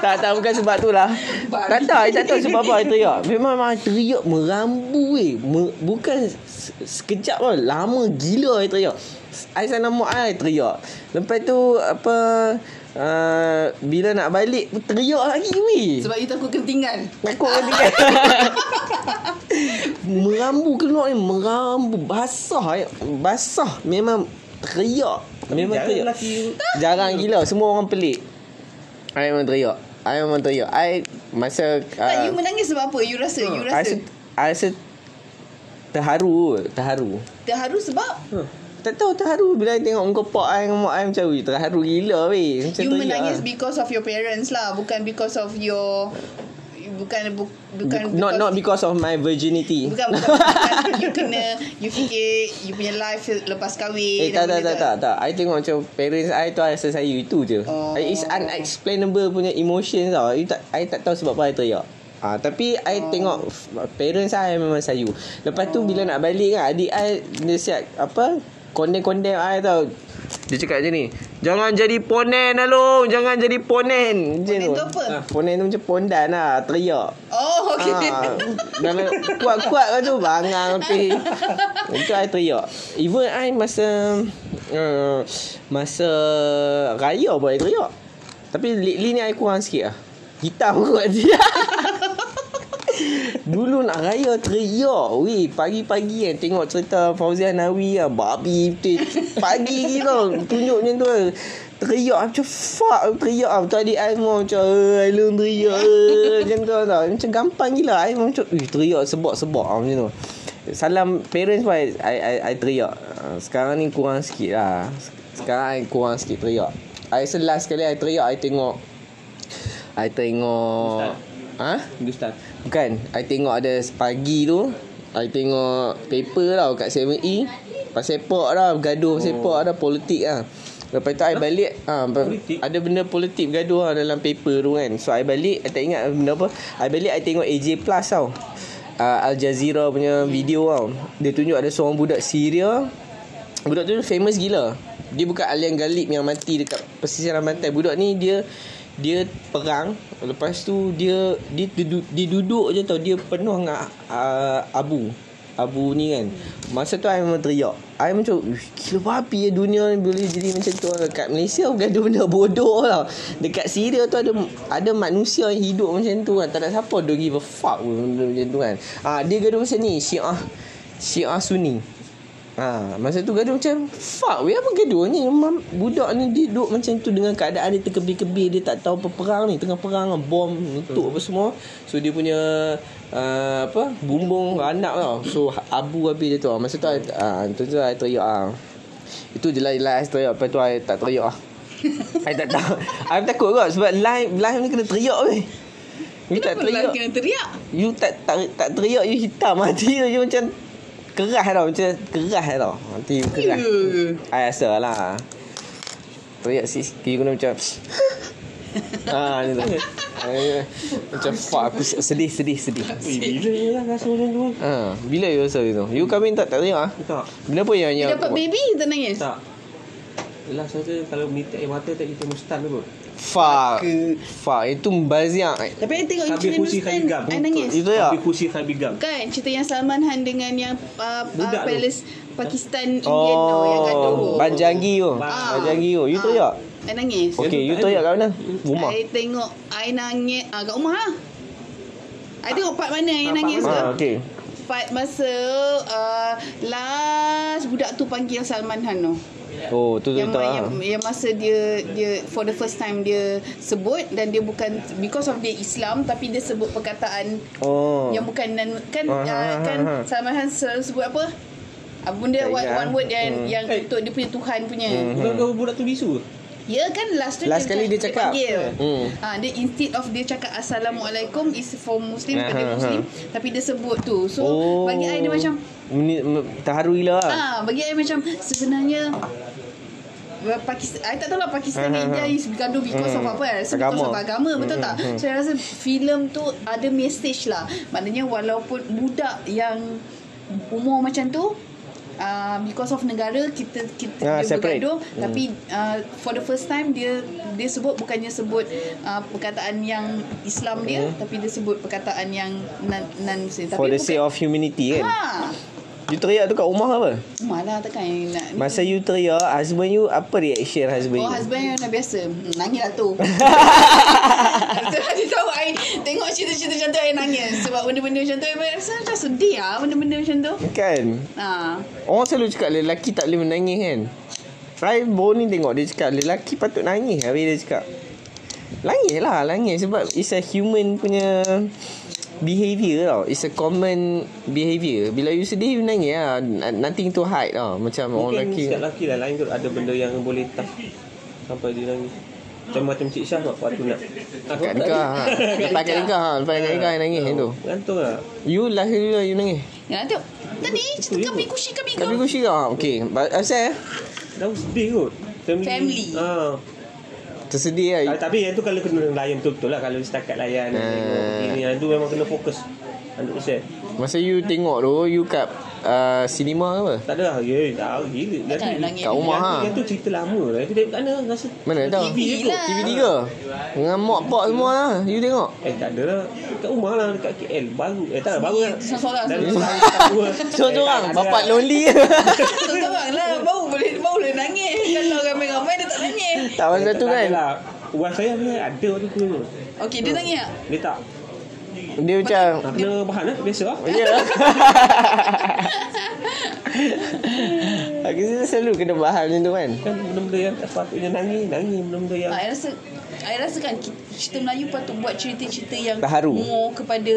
D: Tak tak bukan sebab tu lah Tak tahu I tak tahu sebab apa I teriak Memang memang I teriak merambu weh Me, Bukan se- sekejap lah Lama gila I teriak I sana mak I teriak Lepas tu apa uh, Bila nak balik pun teriak lagi weh
E: sebab you takut ketinggal.
D: Takut kan dia Merambu keluar ni Merambu Basah eh. Basah Memang teriak Memang
F: jarang
D: teriak
F: lelaki-
D: Jarang gila Semua orang pelik I memang teriak I memang toyok. I masa
E: Tak,
D: ah,
E: you menangis sebab apa? You rasa, you
D: I
E: rasa.
D: rasa I rasa terharu, terharu.
E: Terharu sebab
D: Huh. Tak tahu terharu bila I tengok muka pak I dengan mak I macam "Ui, terharu gila weh. Macam
E: you
D: toyok
E: menangis
D: lah.
E: because of your parents lah, bukan because of your bukan bu, bukan
D: Be- not not because of my virginity.
E: bukan, bukan, bukan you kena you fikir you punya life lepas kahwin.
D: Eh tak
E: apa
D: tak tak
E: benda
D: tak
E: tu.
D: tak. I tengok macam parents I tu I rasa saya itu je.
E: Oh.
D: Oh. It's unexplainable punya emotion tau. You tak I tak tahu sebab apa I teriak. Ah ha, tapi I oh. tengok f- parents I memang sayu. Lepas tu bila nak balik kan adik I dia siap apa condemn-condemn I tau. Dia cakap macam ni Jangan jadi ponen Alung Jangan jadi ponen Macam
E: Ponen tu apa?
D: Ah, ponen tu macam pondan lah Teriak
E: Oh okay.
D: Ah, dalam kuat-kuat kan tu bangang tapi itu I teriak. Even I masa uh, masa raya pun I teriak. Tapi lately ni I kurang sikit lah. Hitam kot dia. Dulu nak raya teriak Weh pagi-pagi kan Tengok cerita Fauzian Nawi kan Babi betul Pagi gila Tunjuk macam tu kan Teriak macam fuck Teriak lah Tadi I semua macam eh, I love teriak eh, Macam tu tau Macam gampang gila I macam Eh teriak sebab-sebab lah macam tu Salam parents pun I, I, I, I teriak Ah, Sekarang ni kurang sikit lah Sekarang I kurang sikit teriak I rasa last kali I teriak I tengok I tengok Ha?
F: Hindustan
D: Bukan Kan? I tengok ada pagi tu I tengok paper tau kat 7E Pasal sepak lah Bergaduh oh. sepak lah Politik lah Lepas tu I balik ha,
F: Politik?
D: Ada benda politik bergaduh lah Dalam paper tu kan So I balik I tak ingat benda apa I balik I tengok AJ Plus tau uh, Al Jazeera punya video tau Dia tunjuk ada seorang budak Syria Budak tu famous gila Dia bukan Alian Galip yang mati dekat pesisiran pantai Budak ni dia dia perang lepas tu dia dia, duduk, dia duduk je tau dia penuh dengan uh, abu abu ni kan masa tu I memang teriak I macam "Uish, gila babi ya dunia ni boleh jadi macam tu dekat Malaysia bukan ada benda bodoh tau dekat Syria tu ada ada manusia yang hidup macam tu kan tak ada siapa dia give a fuck pun benda macam tu kan ah dia gaduh macam ni Syiah Syiah Sunni Ha, masa tu gaduh macam Fuck weh apa gaduh ni Mam- Budak ni dia duduk macam tu Dengan keadaan dia terkebir-kebir Dia tak tahu apa perang ni Tengah perang Bom Nutuk apa semua So dia punya uh, Apa Bumbung anak tau So abu habis dia tu Masa tu I- ah, tu tu I teriak ah. Itu je lah Like I teriak Lepas tu I tak teriak ah. I tak tahu I takut kot Sebab live Live ni kena teriak weh You tak
E: Kenapa lah
D: teriak
E: kena teriak?
D: You tak tak, tak teriak You hitam Hati you macam Keras tau Macam keras tau Hati you keras I rasa lah Teriak sikit You kena macam Ah, ni tu. Ah, Macam fuck aku sedih sedih sedih.
F: Bila je lah rasa macam tu
D: Ha, bila you rasa tu? You kahwin tak tak teriak ah?
F: Tak
D: Bila pun yang
E: You
D: yang
E: dapat baby tak nangis?
F: Tak Yelah saya kata kalau menitik air mata tak kita mustan
E: Oh,
F: tu kot
D: fuck. Fuck itu membaziak.
E: Tapi I tengok
F: Habis
E: cerita
F: kursi kayu
E: Hindustan,
F: gam.
E: I nangis.
D: Itu ya.
F: Tapi kursi akan bigam
E: Bukan Kan, cerita yang Salman Han dengan yang uh, uh,
F: Budak tu.
E: Palace Pakistan Indian tu yang gaduh.
D: Oh, banjangi tu.
F: Ah.
D: Banjangi tu. You
E: Ah,
D: teriak.
E: I nangis.
D: Okey,
F: tu
D: you
F: tak
D: teriak
F: ada.
D: kat mana? Rumah.
E: I tengok I nangis ah kat rumah lah. I tengok part mana yang
F: Ah, part
E: nangis
D: Ha,
E: tu?
D: okey.
E: Part masa uh, last budak tu panggil Salman Han tu.
D: Oh, tu tu
E: Yang,
D: tak.
E: yang,
F: ah.
E: yang masa dia dia for the first time dia sebut dan dia bukan because of dia Islam tapi dia sebut perkataan
D: Oh.
E: yang bukan nan- kan
D: Ah, ah,
E: uh,
D: ah,
E: kan
D: ah.
E: Salman Han selalu sebut apa? Apa benda
D: Tak
E: one,
D: ingat,
E: one
D: ah.
E: word yang yang
F: Eh.
E: untuk dia punya Tuhan punya.
D: Hmm.
F: Bukan kau budak tu bisu ke?
E: Ya kan last tu
D: Last kali dia cakap.
E: panggil.
D: Hmm.
E: Ha, dia instead of dia cakap assalamualaikum is for muslim
D: Ah,
E: pada
D: ah, Oh.
E: muslim tapi dia sebut tu. So bagi I dia macam
D: Meni- me- terharu gila lah.
E: ah bagi I macam sebenarnya well, Pakistan, I tak tahu lah Pakistan
D: Ah, ah,
E: dengan India
D: ah.
E: is gaduh because
D: Hmm.
E: of apa eh? So,
D: Agama.
E: because of agama betul
D: Hmm,
E: tak?
D: hmm,
E: So I rasa filem tu ada message lah. Maknanya walaupun budak yang umur macam tu Uh, because of negara kita kita
D: Ah,
E: dia
D: separate.
E: bergaduh hmm. tapi uh, for the first time dia dia sebut bukannya sebut uh, perkataan yang Islam dia hmm. tapi dia sebut perkataan yang non non muslim
D: For the
E: tapi
D: sake of humanity kan.
E: ha
D: You teriak tu kat rumah apa?
E: malah takkan yang nak ni.
D: Masa you teriak, husband you apa reaction husband you?
E: Oh husband yang dah biasa Hmm, Nangis lah tu Lepas tu dia tahu I Tengok cerita-cerita macam tu I nangis Sebab benda-benda macam tu I rasa macam sedih lah Benda-benda macam tu
D: Kan?
E: Ha.
D: Orang selalu cakap lelaki tak boleh menangis kan. I baru ni tengok dia cakap lelaki patut nangis. Habis dia cakap Langit lah Langit sebab It's a human punya Behaviour tau It's a common Behaviour Bila you sedih You nangis lah Nothing to hide tau Macam orang
F: Mungkin
D: lelaki
F: setiap lelaki lah lain kot ada benda yang boleh tak sampai dia nangis. Macam macam Cik Syah buat waktu nak.
D: Kat nikah ha. Lepas kat nikah ha. Lepas kat nikah yang nangis yang tu
F: Gantung lah.
D: You last kali lah you nangis
E: Ya, tu. Tadi cerita kami kushi kami
D: Tapi
E: kau.
D: kau syirah ha. Okay Ba- Asal eh
F: Dah sedih kot. Family.
E: Family.
F: Ah.
D: Tersedih lah
F: Ah, tapi yang tu kalau kena layan betul-betul lah Kalau setakat layan
D: Ah.
F: tengok Ini yang tu memang kena fokus 100%
D: Masa you tengok tu You kat uh, Cinema ke apa
F: Tak ada lah Ya tak gila
E: Takkan nak nangis.
D: Kat rumah
F: yang,
D: ha.
F: tu- yang tu cerita lama lah Itu dari kat mana rasa
D: Mana tahu
E: TV lah.
D: TV3 Dengan mak pak semua lah You tengok
F: Eh tak ada lah Kat rumah lah dekat KL Baru Eh tak lah baru lah
E: Seorang-seorang.
F: Eh,
D: Seorang-seorang Bapak lonely
E: Seorang lah. Bau boleh bau boleh nangis. Kalau ramai-ramai dia tak nangis.
D: Tak pasal tu kan
F: lah. Uang saya ni ada waktu tu
E: Okey, Eh, dia nangis lah. tak?
F: Dia tak
D: Dia macam
F: Tak kena bahan lah Biasa lah
D: Ya Aku rasa selalu kena bahan macam tu kan
F: Kan benda-benda yang tak sepatutnya Nangis Nangis benda-benda yang
E: Ah, I rasa I rasa kan ki- cerita Melayu patut buat cerita-cerita yang
D: Terharu.
E: more kepada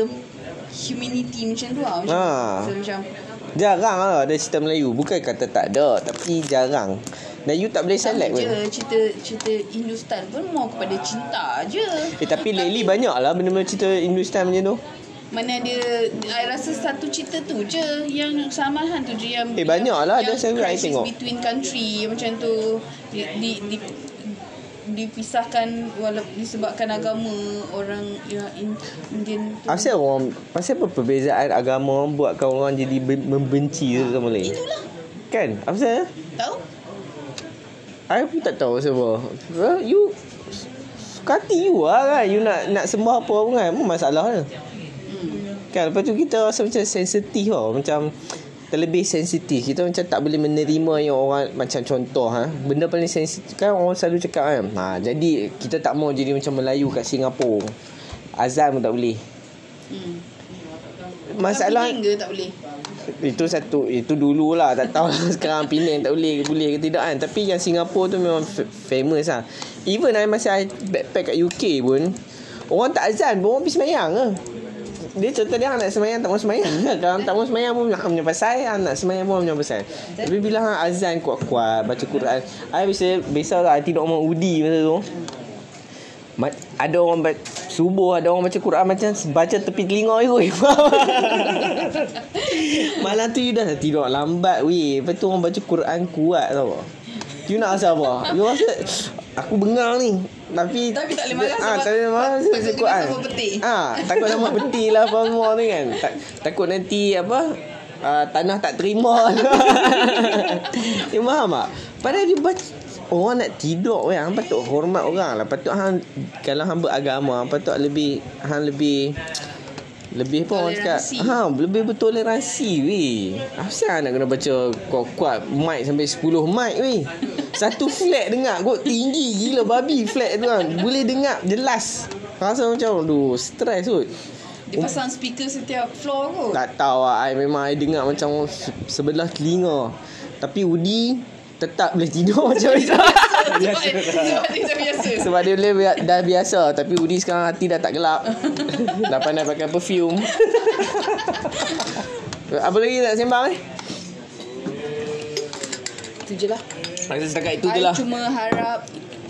E: humanity macam tu lah. Macam,
D: Ah.
E: so, macam
D: Jarang lah ada cerita Melayu Bukan kata tak ada Tapi jarang Dan you tak boleh select
E: je
D: pun
E: cerita cerita Hindustan pun more kepada cinta je.
D: Eh tapi lately banyak lah benda-benda cerita Hindustan macam tu
E: Mana ada I rasa satu cerita tu je Yang samahan tu je yang
D: Eh, banyak lah
E: yang
D: ada saya- I
E: crisis
D: tengok.
E: between country Macam tu di, di, di, dipisahkan walau disebabkan agama orang yang in- Indian tu.
D: Asal orang Pasal apa perbezaan agama orang Buatkan orang jadi ben- membenci ke kamu lain
E: Itulah
D: Kan Asal
E: Tahu
D: I pun tak tahu sebab Well, You Kati you lah kan You nak nak sembah apa pun kan Apa masalah dia Kan lepas tu kita rasa macam sensitif tau Macam Terlebih sensitif Kita macam tak boleh menerima yang orang Macam contoh ha? Benda paling sensitif Kan orang selalu cakap kan ha, Jadi kita tak mau jadi macam Melayu kat Singapura Azan pun tak boleh
E: hmm.
D: Masalah
E: Penang ke tak boleh
D: itu satu Itu dulu lah Tak tahu lah sekarang Penang tak boleh Boleh ke tidak kan Tapi yang Singapura tu memang f- famous lah Even I masa I backpack kat UK pun Orang tak azan pun Orang pergi semayang ke dia cerita dia hang nak semayang tak mau semayang Kalau hang tak mau semayang pun hang punya pasal Hang nak semayang pun hang punya pasal Tapi bila hang azan kuat-kuat Baca Quran I biasa Biasa lah I tidur rumah Udi masa tu Ma- ada orang ba- subuh ada orang baca Quran macam baca tepi telinga you. Malam tu you dah tidur lambat weh. Lepas tu orang baca Quran kuat tau. You nak rasa apa? You rasa aku bengang ni. Tapi
E: Tapi tak boleh marah
D: Ah,
E: sebab-
D: tak boleh marah
E: takut
D: sebab baca
E: kena
D: Quran.
E: sama peti.
D: Ah, takut sama peti lah apa semua ni kan. Tak, takut nanti apa Uh, tanah tak terima You faham tak? Padahal dia baca Orang nak tidur weh Hang patut hormat orang lah Patut hang Kalau hang beragama Hang patut lebih Hang lebih Lebih apa orang cakap
E: Toleransi.
D: ha, Lebih bertoleransi weh Kenapa nak kena baca Kuat-kuat Mic sampai 10 mic weh Satu flat dengar Kot tinggi gila babi flat tu kan Boleh dengar jelas Rasa macam Aduh stress kot
E: Dia pasang speaker setiap floor kot
D: Oh. tak tahu lah I memang I dengar macam se- Sebelah telinga Tapi Udi Tetap boleh tidur macam biasa
E: Sebab, sebab dia dah biasa
D: Sebab dia boleh bia- dah biasa Tapi Udi sekarang hati dah tak gelap Dah pandai pakai perfume Apa lagi nak sembang eh?
E: Itu je lah
D: Rasa setakat itu je
E: I
D: lah
E: cuma harap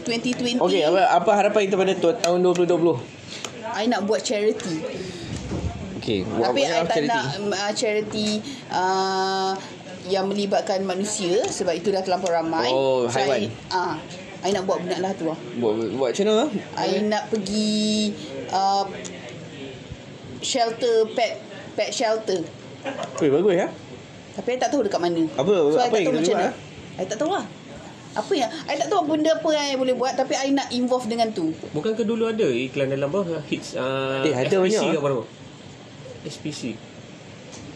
E: 2020
D: Okay apa, apa harapan kita pada tu, tahun 2020?
E: I nak buat charity
D: Okay buat
E: Tapi I
D: apa- lah
E: tak charity. nak um, uh, charity uh, yang melibatkan manusia sebab itu dah terlampau ramai.
D: Oh, haiwan.
E: Ah, uh, I nak buat budak lah tu lah.
D: Buat, buat macam mana?
E: I
D: Hmm.
E: nak pergi uh, shelter pet pet shelter.
D: Weh bagus ya
E: Tapi I tak tahu dekat mana.
D: Apa-
E: so, I
D: apa yang
E: tak tahu
D: kita
E: macam
D: buat, eh?
E: mana. I tak tahu lah. Apa yang I tak tahu benda apa yang I boleh buat tapi I nak involve dengan tu.
F: Bukan ke dulu ada iklan dalam apa hits uh,
D: Eh, ada
F: SPC
D: banyak,
F: ke apa nama? SPC.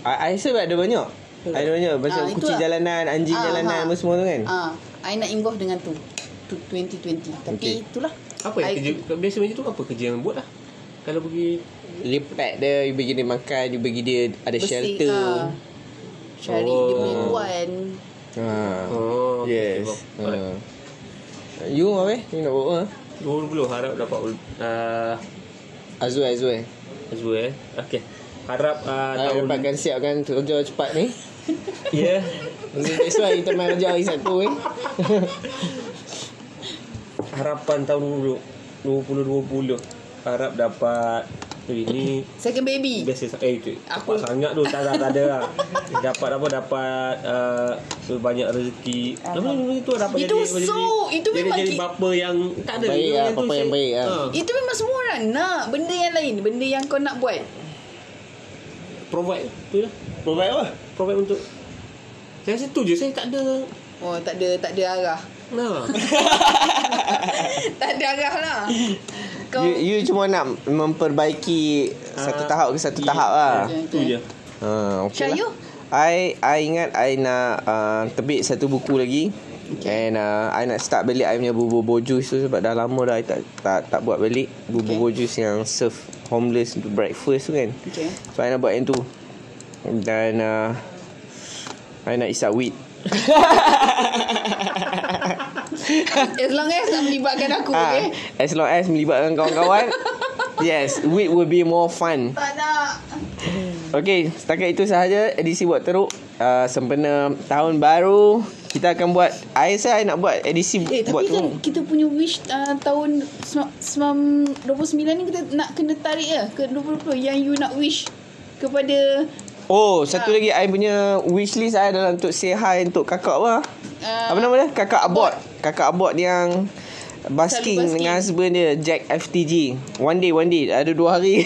D: I, I rasa ada banyak Ada banyak Macam
E: Ah, itu
D: kucing
E: lah.
D: jalanan Anjing
E: Ah,
D: jalanan
E: ha.
D: Apa semua tu kan
E: Ah, uh, I nak involve dengan tu. Tu 2020. Tapi
D: Okay.
E: itulah.
F: Apa yang
E: I-
F: kerja biasa macam tu apa kerja yang buat lah. Kalau pergi
D: Lipat dia You bagi dia makan You bagi dia Ada
E: Bersih,
D: shelter
E: ah. Cari oh. dia punya
D: Oh.
E: tuan
D: ha.
F: Oh,
D: Yes Hmm.
F: okay,
D: ha. You apa eh You nak buat apa
F: 20 harap dapat uh,
D: Azul Azul
F: Azul eh Okay Harap uh,
D: Harap
F: tahun
D: dapatkan siapkan kerja cepat ni
F: Ya yeah.
D: Untuk next one kita main kerja hari Sabtu eh
F: Harapan tahun 2020 Harap dapat eh, Ini
E: Second baby.
F: Biasa eh itu
E: Aku-
F: aku sangat tu tak tak, tak ada lah. dapat apa dapat uh, banyak rezeki apa ni tu dapat
E: Ah. Itu
F: jadi
E: so,
F: jadi,
E: itu memang
F: jadi, jadi
E: ki-
F: bapa yang tak ada
D: Baik
F: Dia
D: lah,
F: tu
D: bapa yang
F: saya-
D: baik lah.
F: ha,
E: Itu memang semua orang nak. Benda yang lain. Benda yang kau nak buat.
F: provide tu lah
D: Provide apa?
F: provide untuk saya rasa tu je saya tak ada lah.
E: Oh, tak ada tak ada arah.
F: nah
D: eh.
E: tak ada arah lah. Kau Ah,
D: You, you cuma nak memperbaiki satu tahap ke satu tahap lah
F: tu je
D: Ha, okay
E: Syah, you?
D: lah. I, I ingat I nak uh, terbit satu buku lagi. And uh, I nak start balik I punya bubur juice tu sebab dah lama dah I tak tak, tak buat balik bubur okay. juice yang serve homeless untuk breakfast tu kan.
E: Okay.
D: So I nak buat yang tu. Dan uh, I nak isap weed.
E: as long as tak melibatkan aku,
D: Ah,
E: okay?
D: As long as melibatkan kawan-kawan. yes, weed will be more fun.
E: Tak nak.
D: Okey, setakat itu sahaja edisi buat teruk uh, sempena tahun baru. Kita akan buat I rasa I nak buat edisi
E: Eh,
D: buat
E: tapi kan
D: teruk.
E: kita punya wish uh, tahun sem- semam- 29 ni kita nak kena tarik ya ke 2020 yang you nak wish kepada
D: Oh, satu
E: Ah.
D: lagi I punya wish list I adalah untuk say hi untuk kakak apa?
E: Ah,
D: apa nama dia? Kakak abot. Kakak abot yang basking,
E: Selalu basking.
D: dengan husband dia Jack FTG. One day, one day. Ada dua hari.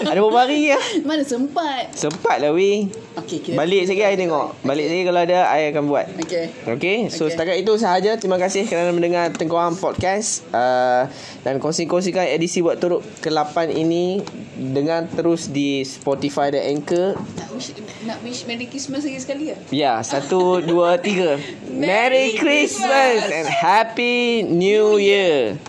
D: Ada berapa hari ya?
E: mana sempat.
D: Sempat lah weh.
E: Okey, kita
D: Balik sekali I tengok. Balik sekali kalau ada I akan buat.
E: Okey.
D: Okay, so
E: Okey.
D: okay. setakat itu sahaja. Terima kasih kerana mendengar Tengkoram Podcast uh, dan kongsi-kongsikan edisi buat teruk ke-8 ini dengan terus di Spotify dan Anchor.
E: Nak wish nak wish Merry Christmas lagi sekali ya.
D: Ya, yeah, satu, dua, tiga. Merry
E: Merry
D: Christmas and Happy New Year.